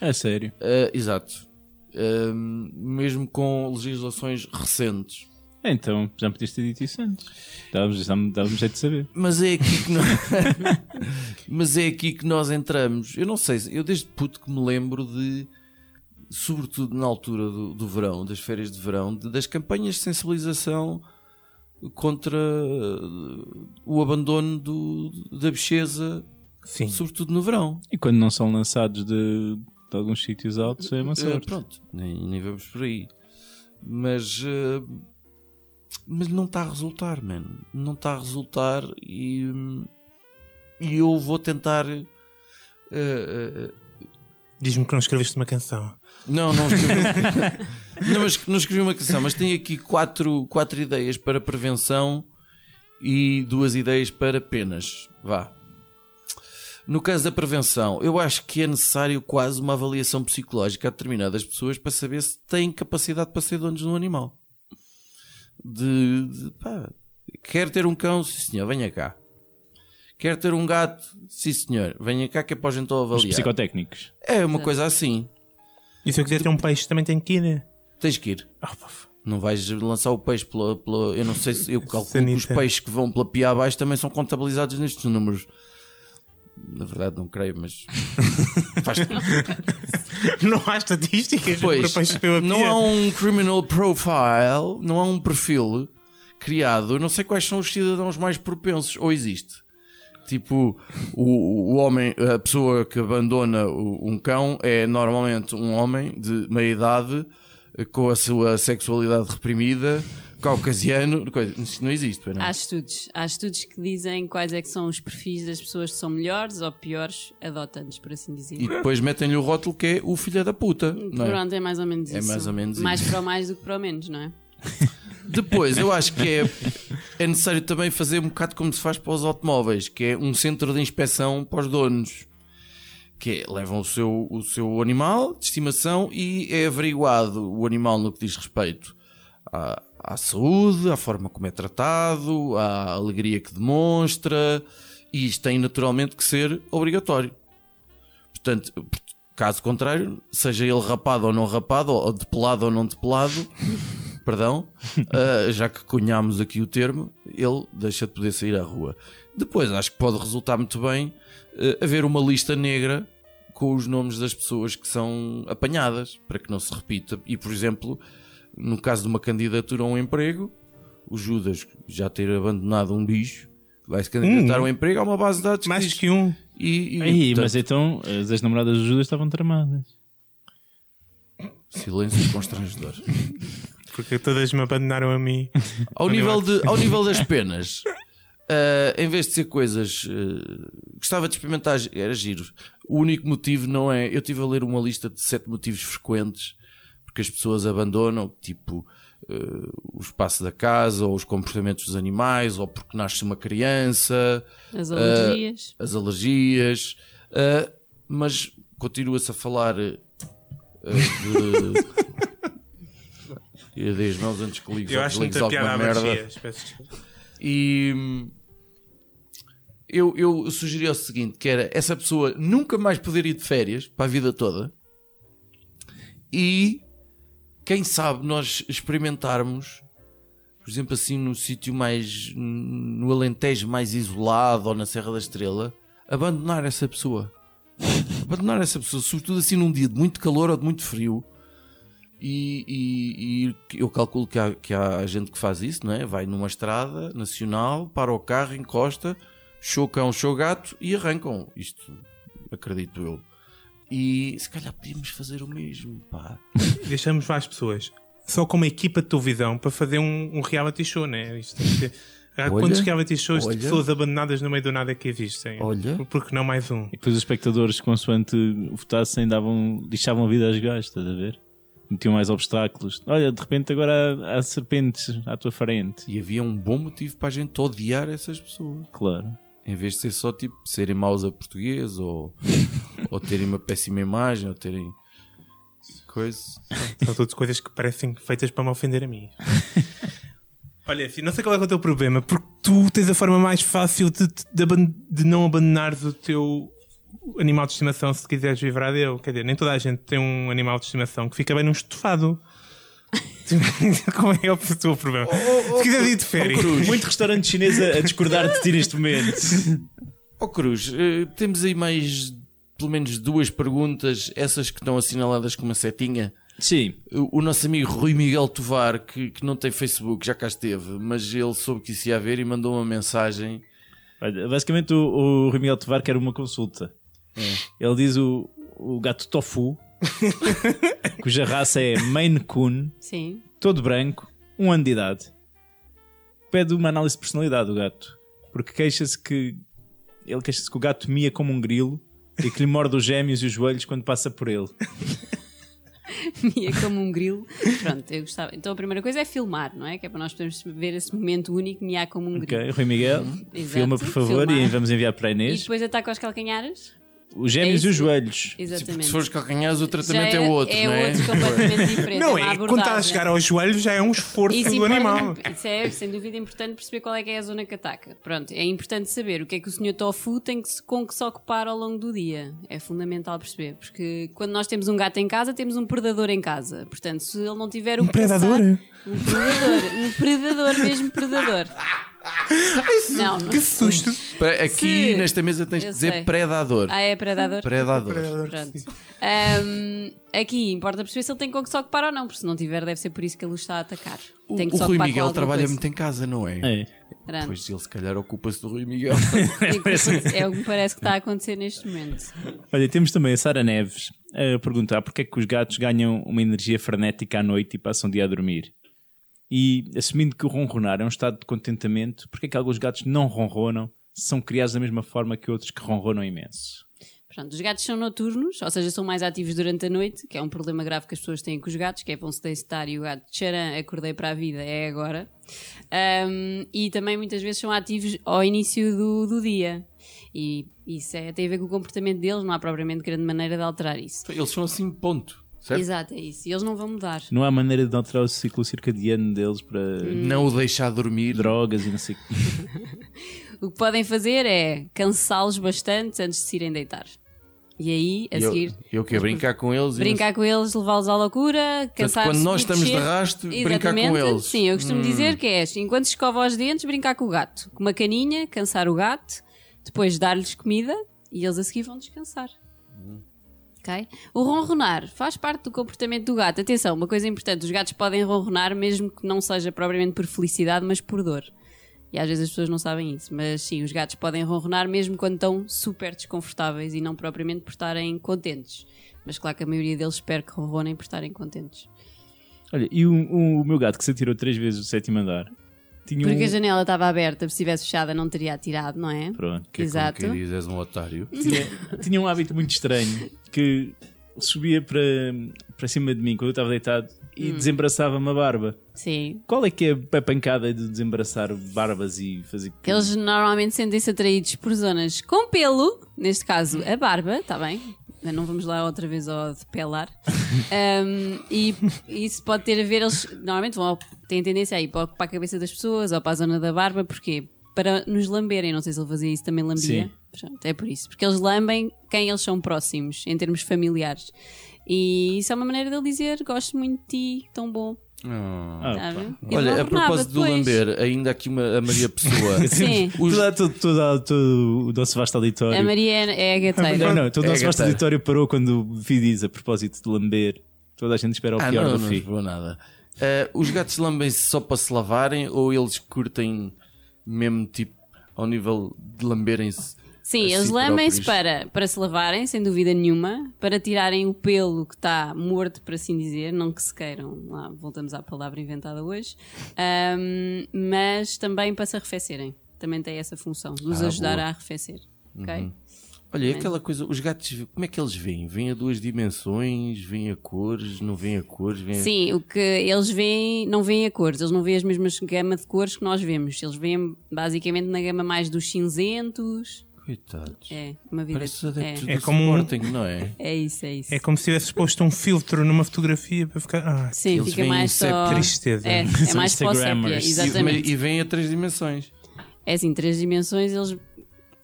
Speaker 2: É sério.
Speaker 3: Eh, exato. Eh, mesmo com legislações recentes.
Speaker 2: Então, já me podias ter dito isso antes. Dávamos, dávamos jeito de saber.
Speaker 3: Mas é aqui que nós... Mas é aqui que nós entramos. Eu não sei, eu desde puto que me lembro de, sobretudo na altura do, do verão, das férias de verão, de- das campanhas de sensibilização contra eh, o abandono do- da bicheza,
Speaker 4: Sim.
Speaker 3: sobretudo no verão.
Speaker 2: E quando não são lançados de, de alguns sítios altos, é uma
Speaker 3: Eh,
Speaker 2: sorte.
Speaker 3: pronto, nem, nem vamos por aí. Mas, eh, mas não está a resultar, mano. Não está a resultar e, hum, e eu vou tentar. eh, eh, eh,
Speaker 4: Diz-me que não escreveste uma canção.
Speaker 3: não, não escrevi, não, mas não escrevi uma canção, mas tenho aqui quatro, quatro ideias para prevenção e duas ideias para penas. Vá. No caso da prevenção, eu acho que é necessário quase uma avaliação psicológica a determinadas pessoas para saber se têm capacidade para ser donos de um animal. De, de pá, quer ter um cão? Sim senhor, venha cá. Quer ter um gato? Sim senhor, venha cá que é para a gente
Speaker 2: Os
Speaker 3: avaliar.
Speaker 2: psicotécnicos.
Speaker 3: É uma coisa assim.
Speaker 4: E se eu quiser ter um peixe, também tenho que ir, né?
Speaker 3: Tens que ir.
Speaker 4: Ah, puf.
Speaker 3: Não vais lançar o peixe pela. pela- eu não sei se. Eu calculo que os
Speaker 4: Sanita.
Speaker 3: peixes que vão pela pia abaixo também são contabilizados nestes números. Na verdade, não creio, mas. Faz-
Speaker 4: não há estatísticas
Speaker 3: Pois,
Speaker 4: para peixes pela
Speaker 3: não
Speaker 4: pia.
Speaker 3: há um criminal profile, não há um perfil criado. Eu não sei quais são os cidadãos mais propensos, ou existe. Tipo, o, o homem, a pessoa que abandona o- um cão é normalmente um homem de meia idade, eh, com a sua sexualidade reprimida, caucasiano. Coisa. Isso não existe, pois não?
Speaker 5: Há estudos. Há estudos que dizem quais é que são os perfis das pessoas que são melhores ou piores adotantes, por assim dizer.
Speaker 3: E depois metem-lhe o rótulo que é o filho da puta. Não é?
Speaker 5: Pronto, é mais ou menos
Speaker 3: É
Speaker 5: isso.
Speaker 3: mais ou menos
Speaker 5: Mais
Speaker 3: isso.
Speaker 5: para o mais do que para o menos, não é?
Speaker 3: Depois, eu acho que é, é necessário também fazer um bocado como se faz para os automóveis, que é um centro de inspeção para os donos. Que é, levam o seu, o seu animal de estimação e é averiguado o animal no que diz respeito à, à saúde, à forma como é tratado, à alegria que demonstra, e isto tem naturalmente que ser obrigatório. Portanto, caso contrário, seja ele rapado ou não rapado, ou depelado ou não depelado, perdão, ah, já que cunhámos aqui o termo, ele deixa de poder sair à rua. Depois, acho que pode resultar muito bem ah, haver uma lista negra com os nomes das pessoas que são apanhadas, para que não se repita. E, por exemplo, no caso de uma candidatura a um emprego, o Judas já ter abandonado um bicho, vai se candidatar a um emprego, há uma base de dados que
Speaker 4: Mais
Speaker 3: diz-
Speaker 4: que um.
Speaker 3: E, e,
Speaker 2: Aí,
Speaker 3: portanto,
Speaker 2: mas então as ex-namoradas de Judas estavam tramadas.
Speaker 3: Silêncio constrangedor.
Speaker 4: Porque todas me abandonaram a mim.
Speaker 3: Ao nível, de, ao nível das penas, ah, em vez de ser coisas. ah, gostava de experimentar, era giro. O único motivo não é. Eu estive a ler uma lista de sete motivos frequentes porque as pessoas abandonam, tipo. ah, o espaço da casa, ou os comportamentos dos animais, ou porque nasce uma criança,
Speaker 5: As alergias.
Speaker 3: as alergias, ah, mas continua-se a falar ah, de. Eu dei as mãos antes que ligue
Speaker 4: Eu acho muita piada a alergias. peço desculpa.
Speaker 3: e hum, eu, eu sugeri o seguinte: que era essa pessoa nunca mais poder ir de férias para a vida toda. E quem sabe nós experimentarmos, por exemplo, assim no sítio mais no Alentejo mais isolado ou na Serra da Estrela, abandonar essa pessoa. abandonar essa pessoa, sobretudo assim num dia de muito calor ou de muito frio. E, e- e eu calculo que há, que há gente que faz isso, não é? Vai numa estrada nacional, para o carro, encosta, show cão, show gato e arrancam. Isto acredito eu. E se calhar podíamos fazer o mesmo, pá.
Speaker 4: Deixamos várias pessoas. Só com uma equipa de televisão para fazer um, um reality show, né? Isto tem que ser- Há
Speaker 3: Olha,
Speaker 4: quantos reality shows
Speaker 3: olha.
Speaker 4: de pessoas abandonadas no meio do nada que existem?
Speaker 3: Olha.
Speaker 4: Porque não mais um?
Speaker 2: E depois os espectadores, consoante votassem, davam, deixavam a vida às gás, estás a ver? Metiam mais obstáculos. Olha, de repente agora há, há serpentes à tua frente.
Speaker 3: E havia um bom motivo para a gente odiar essas pessoas.
Speaker 2: Claro.
Speaker 3: Em vez de ser só tipo serem maus a português ou, ou terem uma péssima imagem ou terem coisas.
Speaker 4: São todas coisas que parecem feitas para me ofender a mim. Olha, filho, não sei qual é, que é o teu problema, porque tu tens a forma mais fácil de, de aban- de não abandonares o teu animal de estimação se quiseres viver a Deus. Quer dizer, nem toda a gente tem um animal de estimação que fica bem num estofado. Qual é o teu problema? se quiseres ir de férias.
Speaker 2: Muito restaurante chinês a, a discordar de ti neste momento.
Speaker 3: Ó Cruz, eh, temos aí mais pelo menos duas perguntas, essas que estão assinaladas com uma setinha.
Speaker 2: Sim.
Speaker 3: O o nosso amigo Rui Miguel Tovar, que, que não tem Facebook, já cá esteve, mas ele soube que isso ia haver e mandou uma mensagem.
Speaker 2: Olha, Basicamente, o, o Rui Miguel Tovar quer uma consulta. Ele diz o, o gato tofu, cuja raça é Maine Coon,
Speaker 5: Sim.
Speaker 2: todo branco, um ano de idade. Pede uma análise de personalidade do gato, porque queixa-se que ele queixa-se que o gato mia como um grilo e que lhe morde os gêmeos e os joelhos quando passa por ele.
Speaker 5: Mia como um grilo. Pronto, eu gostava. Então a primeira coisa é filmar, não é? Que é para nós podermos ver esse momento único, Mia como um grilo.
Speaker 2: Ok, Rui Miguel,
Speaker 5: Uhum. Exato.
Speaker 2: filma por favor
Speaker 5: Filmar.
Speaker 2: e vamos enviar para a
Speaker 5: E
Speaker 2: Inês.
Speaker 5: depois ataca aos calcanhares?
Speaker 2: Os gêmeos e os
Speaker 5: É isso.
Speaker 2: joelhos.
Speaker 3: Tipo, Se- porque
Speaker 5: Exatamente.
Speaker 3: Se fores calcanhares, o tratamento
Speaker 5: Já
Speaker 3: é outro,
Speaker 5: é
Speaker 3: não é?
Speaker 5: outro completamente diferente.
Speaker 4: Não
Speaker 5: uma
Speaker 4: é? Quando
Speaker 5: abordagem.
Speaker 4: está a chegar aos joelhos já é um esforço
Speaker 5: Isso
Speaker 4: do
Speaker 5: importa-
Speaker 4: animal.
Speaker 5: Isso é, sem dúvida, importante perceber qual é que é a zona que ataca. Pronto, é importante saber o que é que o senhor Tofu tem que, se- com que se ocupar ao longo do dia. É fundamental perceber, porque quando nós temos um gato em casa, temos um predador em casa. Portanto, se ele não tiver o que caçar-
Speaker 4: predador?
Speaker 5: um predador, um predador mesmo predador. não, não.
Speaker 4: Que susto!
Speaker 3: Pre- Aqui
Speaker 5: Se-
Speaker 3: nesta mesa tens que
Speaker 5: eu
Speaker 3: dizer
Speaker 5: sei.
Speaker 3: predador.
Speaker 5: Ah, é predador?
Speaker 3: Predador.
Speaker 5: Pronto. Ahm, aqui importa perceber se ele tem com que se ocupar ou não, porque se não tiver, deve ser por isso que ele o está a atacar.
Speaker 3: O,
Speaker 5: Tem que
Speaker 3: o
Speaker 5: se
Speaker 3: Rui
Speaker 5: ocupar com
Speaker 3: Miguel
Speaker 5: alguma
Speaker 3: trabalha
Speaker 5: coisa.
Speaker 3: muito em casa, não é?
Speaker 2: É.
Speaker 5: Pronto.
Speaker 3: Pois ele se calhar ocupa-se do Rui Miguel.
Speaker 5: É o que me parece que está a acontecer neste momento.
Speaker 2: Olha, temos também a Sara Neves a perguntar porque é que os gatos ganham uma energia frenética à noite e passam o dia a dormir. E assumindo que o ronronar é um estado de contentamento, porque é que alguns gatos não ronronam se são criados da mesma forma que outros que ronronam imenso?
Speaker 5: Pronto, os gatos são noturnos, ou seja, são mais ativos durante a noite, que é um problema grave que as pessoas têm com os gatos, que é vão-se deitar e o gato, tcharam, acordei para a vida, é agora. Ahm, e também muitas vezes são ativos ao início do, do dia. E isso é, tem a ver com o comportamento deles, não há propriamente grande maneira de alterar isso.
Speaker 3: Eles são assim, ponto. Certo?
Speaker 5: Exato, é isso. E eles não vão mudar.
Speaker 2: Não há maneira de alterar o ciclo circadiano deles para
Speaker 3: Não o deixar dormir.
Speaker 2: drogas e não sei o quê.
Speaker 5: O que podem fazer é cansá-los bastante antes de se irem deitar. E aí, a
Speaker 3: eu,
Speaker 5: seguir,
Speaker 3: eu quero brincar com eles. e
Speaker 5: Brincar com eles, levá-los à loucura, cansar
Speaker 3: quando nós estamos de rastro, brincar com eles. Hum.
Speaker 5: Sim, eu costumo dizer que é enquanto se escova os dentes, brincar com o gato. Com uma caninha, cansar o gato, depois dar-lhes comida e eles a seguir vão descansar. Ok? O ronronar faz parte do comportamento do gato. Atenção, uma coisa importante: os gatos podem ronronar mesmo que não seja propriamente por felicidade, mas por dor. E às vezes as pessoas não sabem isso, mas sim, os gatos podem ronronar mesmo quando estão super desconfortáveis e não propriamente por estarem contentes. Mas claro que a maioria deles espera que ronronem por estarem contentes.
Speaker 2: Olha, e o, o- o meu gato que se atirou três vezes do sétimo andar tinha
Speaker 5: Porque
Speaker 2: um...
Speaker 5: a janela estava aberta, se estivesse fechada não teria atirado, não é?
Speaker 2: Pronto.
Speaker 3: Que é como
Speaker 5: Exato.
Speaker 3: quem diz, és um otário.
Speaker 2: tinha, tinha um hábito muito estranho que subia para, para cima de mim quando eu estava deitado
Speaker 5: Hum.
Speaker 2: e desembaraçava-me a barba.
Speaker 5: Sim.
Speaker 2: Qual é que é a pancada de desembaraçar barbas e fazer que...
Speaker 5: Eles normalmente sentem-se atraídos por zonas com pelo, neste caso a barba, está bem? Não vamos lá outra vez ao depelar. Ahm, e isso pode ter a ver, eles normalmente vão, ao- têm tendência a ir para o- para a cabeça das pessoas ou para a zona da barba, porquê? Para nos lamberem, não sei se ele fazia isso também lambia.
Speaker 2: Sim.
Speaker 5: Pronto, é por isso. Porque eles lambem quem eles são próximos, em termos familiares. E isso é uma maneira dele dizer: gosto muito de ti, tão bom.
Speaker 3: Ah.
Speaker 2: Ah,
Speaker 5: Tá
Speaker 2: pá.
Speaker 5: bem? E
Speaker 3: Olha, a
Speaker 5: ronronava
Speaker 3: propósito do
Speaker 5: depois.
Speaker 3: lamber, ainda aqui uma, a Maria Pessoa.
Speaker 5: Sim.
Speaker 3: Os-
Speaker 2: Todo, todo, todo, todo o nosso vasto auditório.
Speaker 5: A Maria é a
Speaker 2: Não,
Speaker 5: gateira.
Speaker 2: não, todo o
Speaker 3: É
Speaker 2: nosso vasto
Speaker 3: gateira.
Speaker 2: auditório parou quando o Fi diz a propósito de lamber. Toda a gente espera o
Speaker 3: Ah,
Speaker 2: pior
Speaker 3: não,
Speaker 2: do
Speaker 3: não
Speaker 2: Fi.
Speaker 3: vou nada. Eh, Ah, os gatos lambem-se só para se lavarem ou eles curtem mesmo tipo. ao nível de lamberem-se.
Speaker 5: Sim,
Speaker 3: a
Speaker 5: eles
Speaker 3: si
Speaker 5: lamem-se
Speaker 3: próprios.
Speaker 5: para, para se lavarem, sem dúvida nenhuma, para tirarem o pelo que está morto, por assim dizer, não que se queiram, lá voltamos à palavra inventada hoje, ahm, mas também para se arrefecerem. Também tem essa função, de os
Speaker 3: Ah,
Speaker 5: ajudar
Speaker 3: boa. Uhum.
Speaker 5: a arrefecer. Ok?
Speaker 3: Olha, e aquela coisa, os gatos, como é que eles veem? Vêm a duas dimensões, vêm a cores, não vêm a cores, vêm a-
Speaker 5: Sim, o que eles veem, não veem a cores, eles não veem as mesmas gama de cores que nós vemos. Eles veem basicamente na gama mais dos cinzentos.
Speaker 3: Coitados.
Speaker 5: É, uma vida.
Speaker 3: Parece os adeptos
Speaker 5: É,
Speaker 3: do
Speaker 4: É como um-
Speaker 3: Sporting, não é?
Speaker 5: é isso, é isso.
Speaker 4: É como se tivesse posto um filtro numa fotografia para ficar. Ah,
Speaker 5: Sim,
Speaker 3: eles
Speaker 5: fica
Speaker 3: veem
Speaker 5: mais
Speaker 3: isso, é
Speaker 5: só.
Speaker 4: tristeza.
Speaker 5: É, é
Speaker 2: São
Speaker 5: mais para o sépia,
Speaker 2: Instagrammers.
Speaker 5: exatamente.
Speaker 3: E, e vêm a três dimensões.
Speaker 5: É assim, três dimensões eles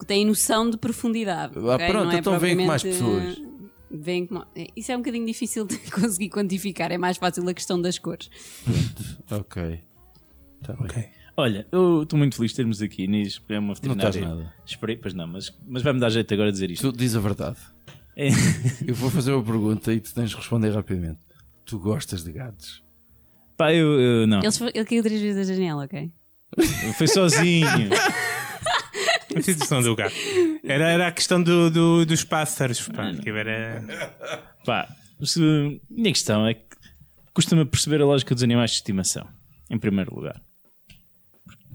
Speaker 5: têm noção de profundidade.
Speaker 3: Ah,
Speaker 5: ok?
Speaker 3: pronto,
Speaker 5: Não é
Speaker 3: então vêm com mais
Speaker 5: propriamente,
Speaker 3: pessoas.
Speaker 5: eh, vêm com- Isso é um bocadinho difícil de conseguir quantificar, é mais fácil a questão das cores.
Speaker 3: Ok. Tá bem.
Speaker 4: Ok.
Speaker 2: Olha, eu estou muito feliz de termos aqui, Nis, porque é uma veterinária.
Speaker 3: estás nada.
Speaker 2: Esperei, pois não, mas, mas vai-me dar jeito agora de dizer isto.
Speaker 3: Tu diz a verdade.
Speaker 2: É.
Speaker 3: Eu vou fazer uma pergunta e tu tens de responder rapidamente. Tu gostas de gatos?
Speaker 2: Pá, eu, eu não.
Speaker 5: Eles fo- ele caiu três vezes da janela, ok?
Speaker 2: Foi sozinho.
Speaker 4: A situação do gato. Era, era a questão do, do- dos pássaros. Pá, que era...
Speaker 2: Pá, se, minha questão é que costuma perceber a lógica dos animais de estimação, em primeiro lugar.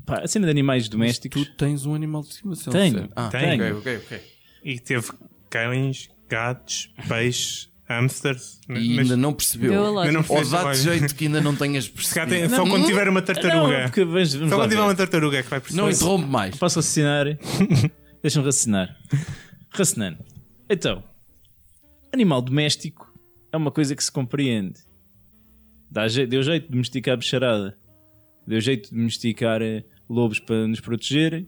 Speaker 2: Pá, a cena de animais domésticos.
Speaker 3: Tu tens um animal de estimação?
Speaker 2: Tenho,
Speaker 3: certo? Ah,
Speaker 2: tenho.
Speaker 3: ok, ok, ok.
Speaker 4: E teve cães, gatos, peixes, hamsters.
Speaker 3: E
Speaker 4: mas-
Speaker 3: ainda não percebeu.
Speaker 5: Deu a lógica.
Speaker 4: ainda
Speaker 3: Ou
Speaker 4: não fez
Speaker 3: dá de jeito que ainda não tenhas
Speaker 4: Se calhar tem-
Speaker 3: percebido.
Speaker 4: só quando tiver uma
Speaker 2: Ah, Não,
Speaker 4: tartaruga.
Speaker 2: porque vamos- vamos
Speaker 4: só
Speaker 2: lá
Speaker 4: quando tiver
Speaker 2: ver.
Speaker 4: uma tartaruga é que vai perceber.
Speaker 3: Não interrompe mais.
Speaker 2: Posso raciocinar? Deixa-me raciocinar. Racinando. Então, animal doméstico é uma coisa que se compreende. Dá je- deu jeito de domesticar bicharada. Deu jeito de domesticar eh, lobos para nos proteger.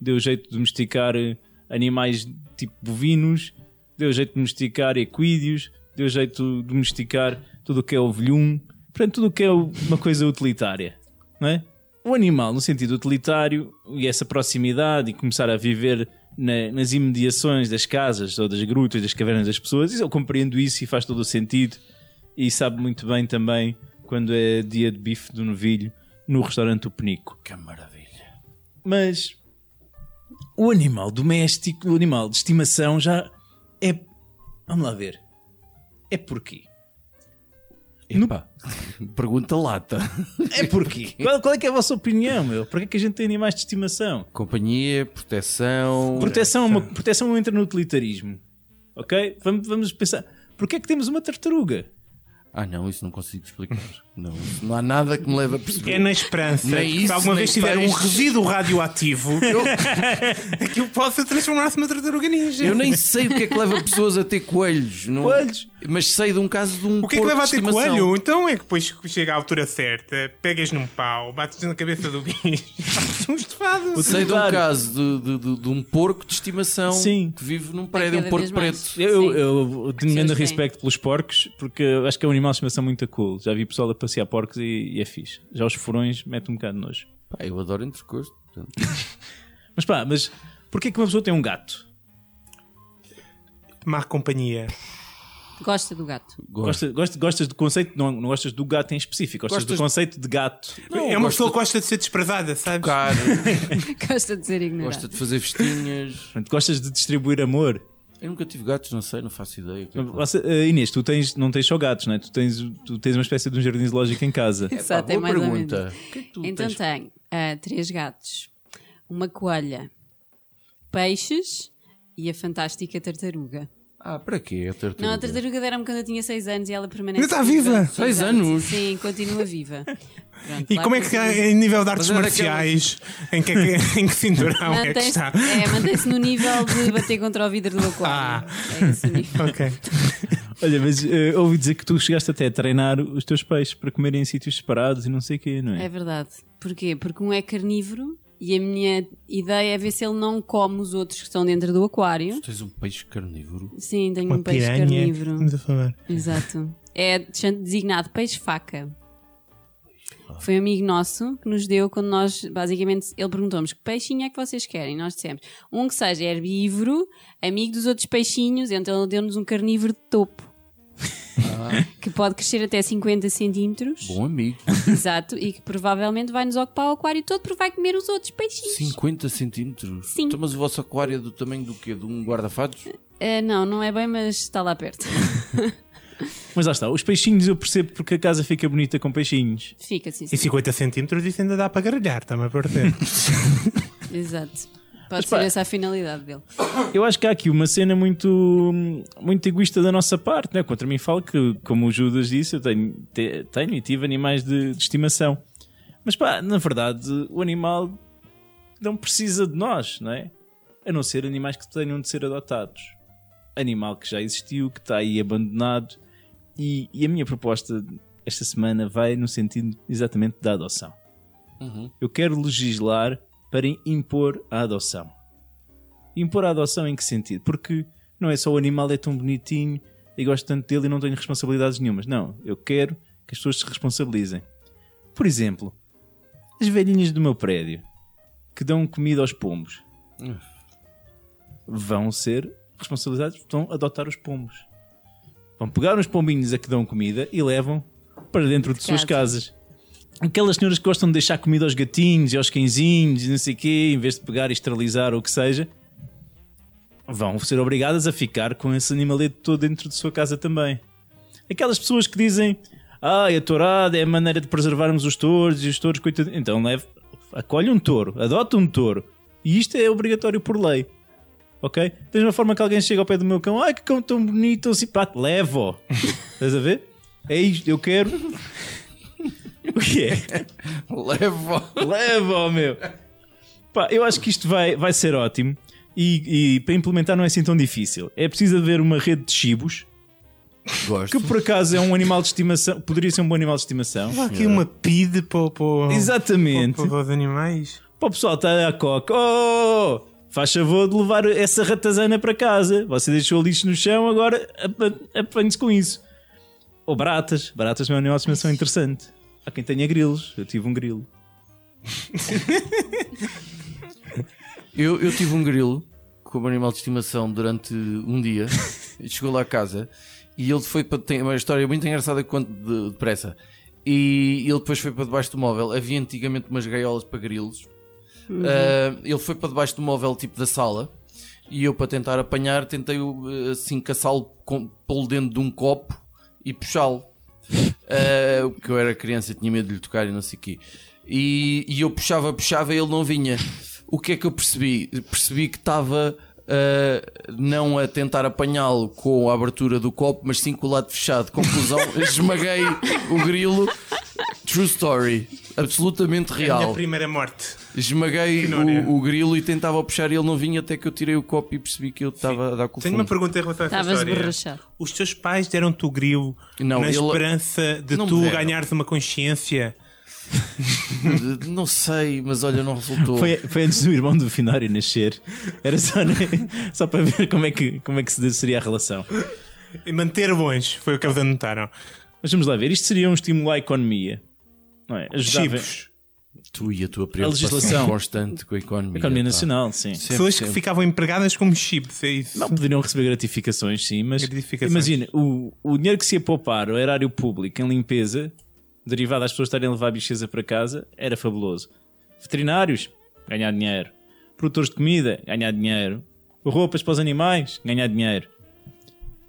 Speaker 2: Deu jeito de domesticar eh, animais tipo bovinos. Deu jeito de domesticar equídeos. Deu jeito de domesticar tudo o que é ovelhum. Portanto, tudo o que é o- uma coisa utilitária. Não é? O animal, no sentido utilitário, e essa proximidade e começar a viver na- nas imediações das casas ou das grutas, das cavernas das pessoas, eu compreendo isso e faz todo o sentido. E sabe muito bem também quando é dia de bife do novilho no restaurante O Penico.
Speaker 3: Que maravilha.
Speaker 2: Mas o animal doméstico, o animal de estimação já é. Vamos lá ver. É porquê?
Speaker 3: Epá, pergunta lata.
Speaker 2: É porquê? qual, qual é que é a vossa opinião, meu? Porquê que a gente tem animais de estimação?
Speaker 3: Companhia, proteção.
Speaker 2: Proteção, é uma, proteção entra no utilitarismo. Ok? Vamos, vamos pensar. Porquê é que temos uma tartaruga?
Speaker 3: Ah, não, isso não consigo explicar. Não, isso não há nada que me leve a perceber.
Speaker 4: É na esperança
Speaker 3: Nem
Speaker 4: que
Speaker 3: isso,
Speaker 4: se alguma
Speaker 3: nem
Speaker 4: vez tiver um
Speaker 3: peixe.
Speaker 4: resíduo radioativo, aquilo possa transformar-se numa tartaruga ninja.
Speaker 3: Eu nem sei o que é que leva pessoas a ter coelhos. Não... é?
Speaker 2: Coelhos?
Speaker 3: Mas sei de um caso de um
Speaker 4: O que é que
Speaker 3: porco
Speaker 4: leva a
Speaker 3: de
Speaker 4: ter
Speaker 3: estimação.
Speaker 4: coelho? Então é que depois que chega à altura certa, pegas num pau, bates na cabeça do bicho, fazes um estofado.
Speaker 3: Sei de um
Speaker 2: Claro.
Speaker 3: caso de, de- de- de um porco de estimação
Speaker 2: Sim.
Speaker 3: que vive num prédio,
Speaker 5: cada
Speaker 3: um porco
Speaker 5: vez mais.
Speaker 3: preto.
Speaker 2: Eu,
Speaker 5: Sim.
Speaker 2: eu, eu tenho
Speaker 5: Sim,
Speaker 2: grande
Speaker 5: sim.
Speaker 2: respeito pelos porcos, porque eu acho que é um animal de estimação muito cool. Já vi pessoal a passear porcos e, e é fixe. Já os furões mete um bocado de nojo.
Speaker 3: Pá, eu adoro entrecosto. portanto.
Speaker 2: Mas pá, mas porquê que uma pessoa tem um gato?
Speaker 4: Má companhia.
Speaker 5: Gosta do gato.
Speaker 3: Gosto.
Speaker 2: Gosta, gosta, gostas do conceito, não, não gostas do gato em específico, gostas,
Speaker 3: Gostas-
Speaker 2: do conceito de gato.
Speaker 3: Não,
Speaker 4: é uma
Speaker 3: gosto
Speaker 4: pessoa
Speaker 3: de
Speaker 4: que gosta de ser desprezada, sabes?
Speaker 3: tocar,
Speaker 5: Gosta de ser ignorado.
Speaker 3: gosta de fazer festinhas.
Speaker 2: Portanto, gostas de distribuir amor.
Speaker 3: Eu nunca tive gatos, não sei, não faço ideia. o que é que-
Speaker 2: Você- eh, Inês, tu tens, não tens só gatos, não é? tu, tens, tu tens uma espécie de um jardim zoológico em casa.
Speaker 5: Exato,
Speaker 3: Pá,
Speaker 5: é
Speaker 3: boa
Speaker 5: mais ou
Speaker 3: pergunta.
Speaker 5: menos.
Speaker 3: O que é que tu
Speaker 5: Então
Speaker 3: tens?
Speaker 5: tenho ah, três gatos, uma coelha, peixes e a fantástica tartaruga.
Speaker 3: Ah, para quê? A tartaruga.
Speaker 5: Não, a tartaruga deram-me quando eu tinha 6 anos e ela permanece.
Speaker 4: Ainda está viva?
Speaker 5: Exato,
Speaker 3: Seis
Speaker 5: exato.
Speaker 3: anos?
Speaker 5: Sim, continua viva. Pronto,
Speaker 4: E
Speaker 5: lá
Speaker 4: como é que
Speaker 5: continua.
Speaker 4: em nível de artes
Speaker 3: Mas é era
Speaker 4: marciais, em que, é que- em que cinturão é que
Speaker 5: Mantém-se
Speaker 4: está?
Speaker 5: é, mantém-se no nível de bater contra o vidro do aquário.
Speaker 4: Ah.
Speaker 5: É esse o nível.
Speaker 4: Ok.
Speaker 2: Olha, mas eh, ouvi dizer que tu chegaste até a treinar os teus peixes para comerem em sítios separados e não sei o quê, não é?
Speaker 5: É verdade. Porquê? Porque um é carnívoro e a minha ideia é ver se ele não come os outros que estão dentro do aquário.
Speaker 3: Tu Tens um peixe carnívoro.
Speaker 5: Sim, tenho
Speaker 4: Uma
Speaker 5: um peixe
Speaker 4: piranha.
Speaker 5: carnívoro.
Speaker 4: Estamos a falar.
Speaker 5: Exato. É designado peixe-faca. Foi um amigo nosso que nos deu quando nós, basicamente, ele perguntou-nos que peixinho é que vocês querem. Nós dissemos um que seja herbívoro, amigo dos outros peixinhos, então ele deu-nos um carnívoro de topo. que pode crescer até 50 centímetros.
Speaker 3: Bom amigo.
Speaker 5: Exato, e que provavelmente vai nos ocupar o aquário todo porque vai comer os outros peixinhos.
Speaker 3: 50 centímetros?
Speaker 5: Sim.
Speaker 3: Então, mas o vosso aquário é do tamanho do quê? De um guarda-fatos?
Speaker 5: Ah, não, não é bem, mas está lá perto.
Speaker 2: Mas lá está, os peixinhos eu percebo porque a casa fica bonita com peixinhos.
Speaker 5: Fica assim,
Speaker 4: E 50 centímetros isso ainda dá para gargalhar, está-me a perder.
Speaker 5: exato. Pode
Speaker 2: pá,
Speaker 5: ser essa a finalidade dele.
Speaker 2: Eu acho que há aqui uma cena muito, muito egoísta da nossa parte, né? Contra mim falo que, como o Judas disse, eu tenho, te- tenho e tive animais de, de estimação. Mas pá, na verdade, o animal não precisa de nós, não é? A não ser animais que tenham de ser adotados. Animal que já existiu, que está aí abandonado. E, e a minha proposta esta semana vai no sentido exatamente da adoção. Eu quero legislar para impor a adoção. Impor a adoção em que sentido? Porque não é só o animal é tão bonitinho e gosto tanto dele e não tenho responsabilidades nenhumas. Não, eu quero que as pessoas se responsabilizem. Por exemplo, as velhinhas do meu prédio que dão comida aos pombos vão ser responsabilizados, vão adotar os pombos. Vão pegar uns pombinhos a que dão comida e levam para dentro de, suas
Speaker 5: casa.
Speaker 2: casas. Aquelas senhoras que gostam de deixar comida aos gatinhos e aos cãezinhos e não sei o quê, em vez de pegar e esterilizar ou o que seja, vão ser obrigadas a ficar com esse animaleto todo dentro de sua casa também. Aquelas pessoas que dizem ah, a tourada é a maneira de preservarmos os touros e os touros, coitado. Então leve, acolhe um touro, adota um touro. E isto é obrigatório por lei. Ok? Da mesma forma que alguém chega ao pé do meu cão, ai que cão tão bonito, tão simpático, levo. Estás a ver? É isto, eu quero. o que é?
Speaker 3: Leva!
Speaker 2: Leva, ó, meu! Pá, eu acho que isto vai, vai ser ótimo e, e para implementar não é assim tão difícil. É preciso haver uma rede de chibos,
Speaker 3: Gosto.
Speaker 2: que por acaso é um animal de estimação, poderia ser um bom animal de estimação.
Speaker 4: Há aqui uma pide para, o- para, o-
Speaker 2: Exatamente.
Speaker 4: para, o- para os animais.
Speaker 2: Para o pessoal estar à coca, oh, faz favor de levar essa ratazana para casa. Você deixou o lixo no chão, agora apa- apanhe-se com isso. Ou baratas, baratas também é um animal de estimação interessante. Há quem tenha grilos, eu tive um grilo.
Speaker 3: Eu, eu tive um grilo como animal de estimação durante um dia. Ele Chegou lá a casa e ele foi para. Tem uma história muito engraçada quanto de- depressa. E ele depois foi para debaixo do móvel. Havia antigamente umas gaiolas para grilos.
Speaker 4: Uhum.
Speaker 3: Ah, ele foi para debaixo do móvel, tipo da sala. E eu, para tentar apanhar, tentei o, assim caçá-lo, com- pô-lo dentro de um copo e puxá-lo. Ah, porque eu era criança, tinha medo de lhe tocar e não sei o quê. E, e eu puxava, puxava e ele não vinha. O que é que eu percebi? Percebi que estava ah, não a tentar apanhá-lo com a abertura do copo, mas sim com o lado fechado. Conclusão, esmaguei o grilo. True story. Absolutamente
Speaker 4: É A
Speaker 3: real.
Speaker 4: minha primeira morte.
Speaker 3: Esmaguei
Speaker 4: Finória.
Speaker 3: o, o grilo e tentava puxar e ele não vinha até que eu tirei o copo e percebi que ele estava a dar com o
Speaker 4: Tenho
Speaker 3: fundo.
Speaker 4: uma pergunta em relação a essa
Speaker 5: Estavas
Speaker 4: história.
Speaker 5: borrachado.
Speaker 4: Os teus pais deram-te o grilo
Speaker 3: Não,
Speaker 4: na
Speaker 3: ele-
Speaker 4: esperança de
Speaker 3: Não me
Speaker 4: tu
Speaker 3: deram.
Speaker 4: ganhares uma consciência.
Speaker 3: Não sei, mas olha, não resultou.
Speaker 2: Foi, foi antes do irmão do Finório nascer. Era só, né? só para ver como é, que, como é que se seria a relação.
Speaker 4: E manter bons, foi o que eles anotaram.
Speaker 2: Mas vamos lá ver, isto seria um estímulo à economia. Não é? Ajudava
Speaker 4: Chibos.
Speaker 3: Tu e a tua
Speaker 2: A
Speaker 3: preocupação
Speaker 2: legislação.
Speaker 3: constante com a economia.
Speaker 2: a economia
Speaker 3: pá.
Speaker 2: nacional, sim.
Speaker 3: Sempre,
Speaker 4: Pessoas que
Speaker 3: sempre.
Speaker 4: ficavam empregadas como chibos, é isso.
Speaker 2: Não poderiam receber gratificações, sim, mas
Speaker 4: Gratificações.
Speaker 2: imagina, o, o dinheiro que se ia poupar ao erário público em limpeza, derivado às pessoas estarem a levar a bicheza para casa, era fabuloso. Veterinários, ganhar dinheiro. Produtores de comida, ganhar dinheiro. Roupas para os animais, ganhar dinheiro.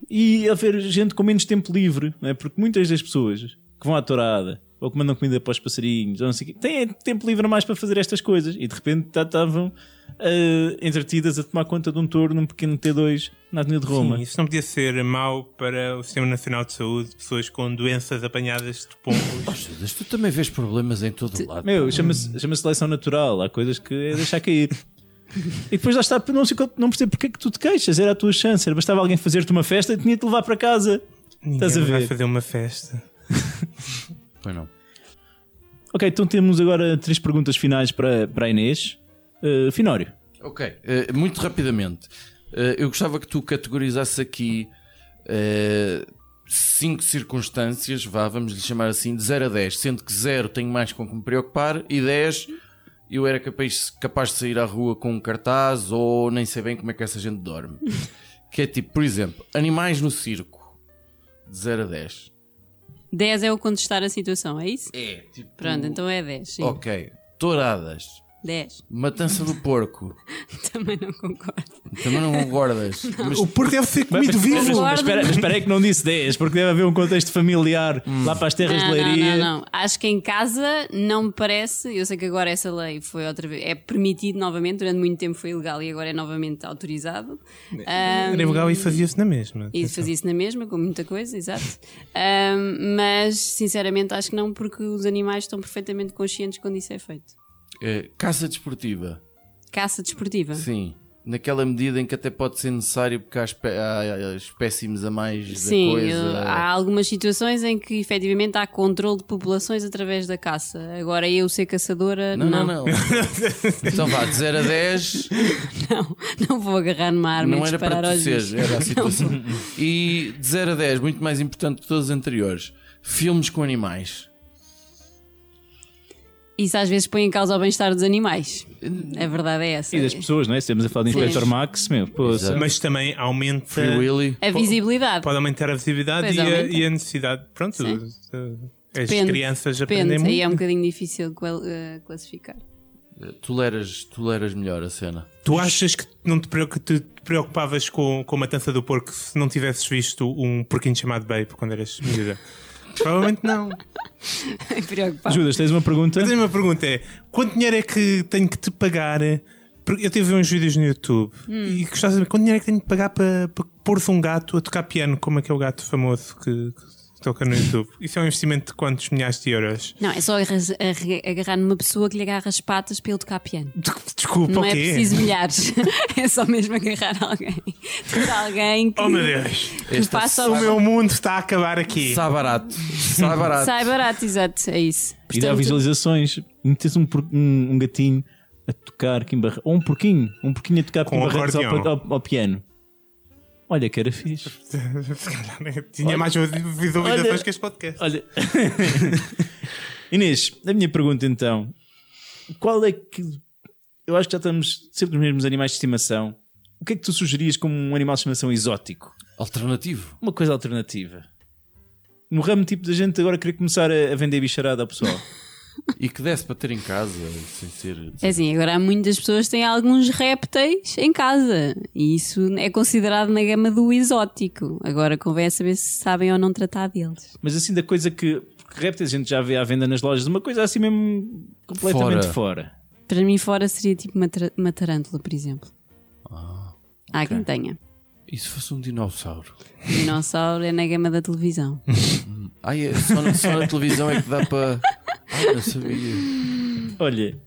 Speaker 2: E haver gente com menos tempo livre, não é? porque muitas das pessoas que vão à tourada ou que mandam comida para os passarinhos, ou não sei o quê, têm tempo livre a mais para fazer estas coisas e de repente já estavam ah, entretidas a tomar conta de um touro num pequeno T2 na Avenida de Roma.
Speaker 4: Sim, isso não podia ser mau para o Sistema Nacional de Saúde, pessoas com doenças apanhadas de pombos.
Speaker 3: Mas tu também vês problemas em todo o lado.
Speaker 2: Meu, chama-se chama seleção natural, há coisas que é deixar cair. e depois lá está, não, sei qual- não percebo porque é que tu te queixas, era a tua chance, era bastava alguém fazer-te uma festa e tinha-te levar para casa.
Speaker 4: Ninguém
Speaker 2: Estás a
Speaker 4: vai
Speaker 2: ver?
Speaker 4: fazer uma festa.
Speaker 3: Pois não.
Speaker 2: Ok, então temos agora três perguntas finais para, para a Inês. Ah, Finório,
Speaker 3: Ok, eh, muito rapidamente. Eh, eu gostava que tu categorizasses aqui eh, cinco circunstâncias, vá, vamos lhe chamar assim, de 0 a 10, sendo que 0 tenho mais com que me preocupar e 10 eu era capaz, capaz de sair à rua com um cartaz ou nem sei bem como é que essa gente dorme. que é tipo, por exemplo, animais no circo. de 0 a 10.
Speaker 5: 10 é o contestar a situação, é isso?
Speaker 3: É, tipo.
Speaker 5: Pronto, então é 10. Sim.
Speaker 3: Ok. Touradas.
Speaker 5: 10.
Speaker 3: Matança do porco.
Speaker 5: Também não concordo.
Speaker 3: Também não concordas. Mas
Speaker 4: O porco deve ser comido
Speaker 2: Mas,
Speaker 4: vivo.
Speaker 5: Concordo.
Speaker 2: mas espera, mas espera aí que não disse 10, porque deve haver um contexto familiar lá para as terras
Speaker 5: Não,
Speaker 2: de
Speaker 5: não,
Speaker 2: leiria.
Speaker 5: não, não. Acho que em casa não me parece. Eu sei que agora essa lei foi outra vez. É permitido novamente, durante muito tempo foi ilegal e agora é novamente autorizado.
Speaker 3: Né.
Speaker 5: Ahm,
Speaker 4: Era legal e fazia-se na mesma.
Speaker 5: E fazia isso na mesma, com muita coisa, exato. Ahm, mas, sinceramente, acho que não, porque os animais estão perfeitamente conscientes quando isso é feito.
Speaker 3: eh, caça desportiva.
Speaker 5: Caça desportiva.
Speaker 3: Sim. Naquela medida em que até pode ser necessário porque há, espé há espécimes a mais
Speaker 5: Sim,
Speaker 3: da coisa.
Speaker 5: eu- há algumas situações em que efetivamente há controle de populações através da caça. Agora, eu ser caçadora,
Speaker 3: Não, não, não. então vá, de 0 a 10
Speaker 5: não, não vou agarrar numa arma
Speaker 3: não
Speaker 5: e
Speaker 3: era para tu
Speaker 5: disparar aos
Speaker 3: seres,
Speaker 5: bichos.
Speaker 3: era a situação. E de 0 a 10, muito mais importante que todos os anteriores, filmes com animais.
Speaker 5: Isso às vezes põe em causa o bem-estar dos animais. A verdade é essa.
Speaker 2: E das pessoas, não é? Se Estamos a falar de
Speaker 5: Sim.
Speaker 2: Inspector Max, meu. Pô,
Speaker 3: Exato.
Speaker 4: Mas também aumenta.
Speaker 3: Free Willy.
Speaker 5: A visibilidade.
Speaker 4: Pode aumentar a visibilidade
Speaker 5: Pois
Speaker 4: e a,
Speaker 5: aumenta.
Speaker 4: e a necessidade. Pronto,
Speaker 5: Sim.
Speaker 4: eh, as
Speaker 5: Depende,
Speaker 4: crianças
Speaker 5: depende.
Speaker 4: aprendem muito.
Speaker 5: Aí é um bocadinho difícil qual- eh, classificar.
Speaker 3: Toleras, toleras melhor a cena.
Speaker 4: Tu achas que não te, preocu- te- te preocupavas com, com a matança do porco se não tivesses visto um porquinho chamado Babe quando eras miúda? Provavelmente não.
Speaker 5: É Preocupado.
Speaker 2: Judas, tens uma pergunta?
Speaker 4: Mas a minha pergunta é: quanto dinheiro é que tenho que te pagar? Porque eu tive uns vídeos no YouTube
Speaker 5: Hum.
Speaker 4: e gostava de saber quanto dinheiro é que tenho que pagar para, para pôr-se um gato a tocar piano, como aquele gato famoso que, que toca no YouTube. Isso é um investimento de quantos milhares de euros?
Speaker 5: Não, é só arras- arre- agarrar numa pessoa que lhe agarra as patas para ele tocar piano.
Speaker 4: De- Desculpa,
Speaker 5: Não
Speaker 4: o
Speaker 5: é
Speaker 4: quê?
Speaker 5: preciso milhares. é só mesmo agarrar alguém. Ter alguém que,
Speaker 4: Oh meu Deus!
Speaker 5: que
Speaker 3: Esta
Speaker 5: faça
Speaker 4: O
Speaker 5: o
Speaker 4: meu mundo está a acabar aqui.
Speaker 3: Sai barato. Sai barato.
Speaker 5: Sai barato, exato, é isso.
Speaker 2: E dá visualizações. Metes um, por- um, um gatinho a tocar Kim Barre- Ou um porquinho. Um porquinho a tocar
Speaker 4: Com
Speaker 2: Kim Barreiros ao,
Speaker 4: acordeão.
Speaker 2: ao- ao piano. Olha que era fixe.
Speaker 4: Tinha mais visualizações que este podcast.
Speaker 2: Olha. Inês, a minha pergunta então. Qual é que. Eu acho que já estamos sempre nos mesmos animais de estimação. O que é que tu sugerias como um animal de estimação exótico?
Speaker 3: Alternativo.
Speaker 2: Uma coisa alternativa. No ramo tipo da gente agora querer começar a, a vender bicharada ao pessoal.
Speaker 3: E que desse para ter em casa, sem ser.
Speaker 5: É assim, agora há muitas pessoas que têm alguns répteis em casa e isso é considerado na gama do exótico. Agora convém é saber se sabem ou não tratar deles.
Speaker 2: Mas assim, da coisa que. Porque répteis a gente já vê à venda nas lojas, uma coisa assim mesmo completamente fora.
Speaker 5: Para mim, fora seria tipo uma, tra- uma tarântula, por exemplo. Há quem tenha.
Speaker 3: E se fosse um dinossauro?
Speaker 5: Dinossauro é na gama da televisão.
Speaker 3: Ai, é, só, na, só na televisão é que dá para. Ai, não sabia.
Speaker 2: Olha.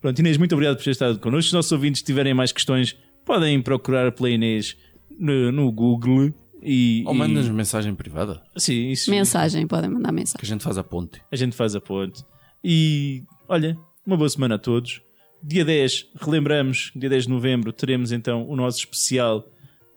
Speaker 2: Pronto, Inês, muito obrigado por ter estado connosco. Se os nossos ouvintes tiverem mais questões, podem procurar pela Inês no, no Google e.
Speaker 3: Ou
Speaker 2: e-
Speaker 3: mandas mensagem privada,
Speaker 2: Sim, isso.
Speaker 5: Mensagem, podem mandar
Speaker 3: que
Speaker 5: mensagem.
Speaker 3: a gente faz a ponte.
Speaker 2: A gente faz a ponte. E olha, uma boa semana a todos. Dia 10, relembramos, dia 10 de novembro, teremos então o nosso especial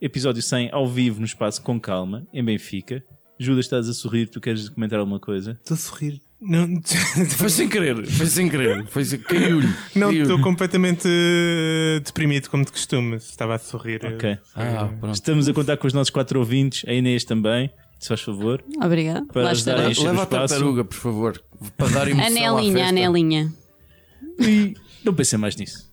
Speaker 2: episódio 100 ao vivo no espaço Com Calma, em Benfica. Judas, estás a sorrir, tu queres comentar alguma coisa?
Speaker 4: Estou a sorrir. Não
Speaker 3: Foi sem querer, foi sem querer. Foi sem... Caiu-lhe.
Speaker 4: não,
Speaker 3: caiu-lhe.
Speaker 4: estou completamente eh, deprimido, como de costume. Estava a sorrir. eh,
Speaker 2: Ok.
Speaker 3: Ah, pronto.
Speaker 2: Estamos a contar com os nossos quatro ouvintes, a Inês também, se faz favor.
Speaker 5: Obrigada.
Speaker 2: Para
Speaker 5: Lá
Speaker 2: ajudar
Speaker 5: estarei.
Speaker 2: encher o
Speaker 3: Leva a
Speaker 2: espaço.
Speaker 3: tartaruga, por favor, para dar emoção à
Speaker 5: Anelinha,
Speaker 3: festa.
Speaker 5: anelinha.
Speaker 2: E não pensei mais nisso.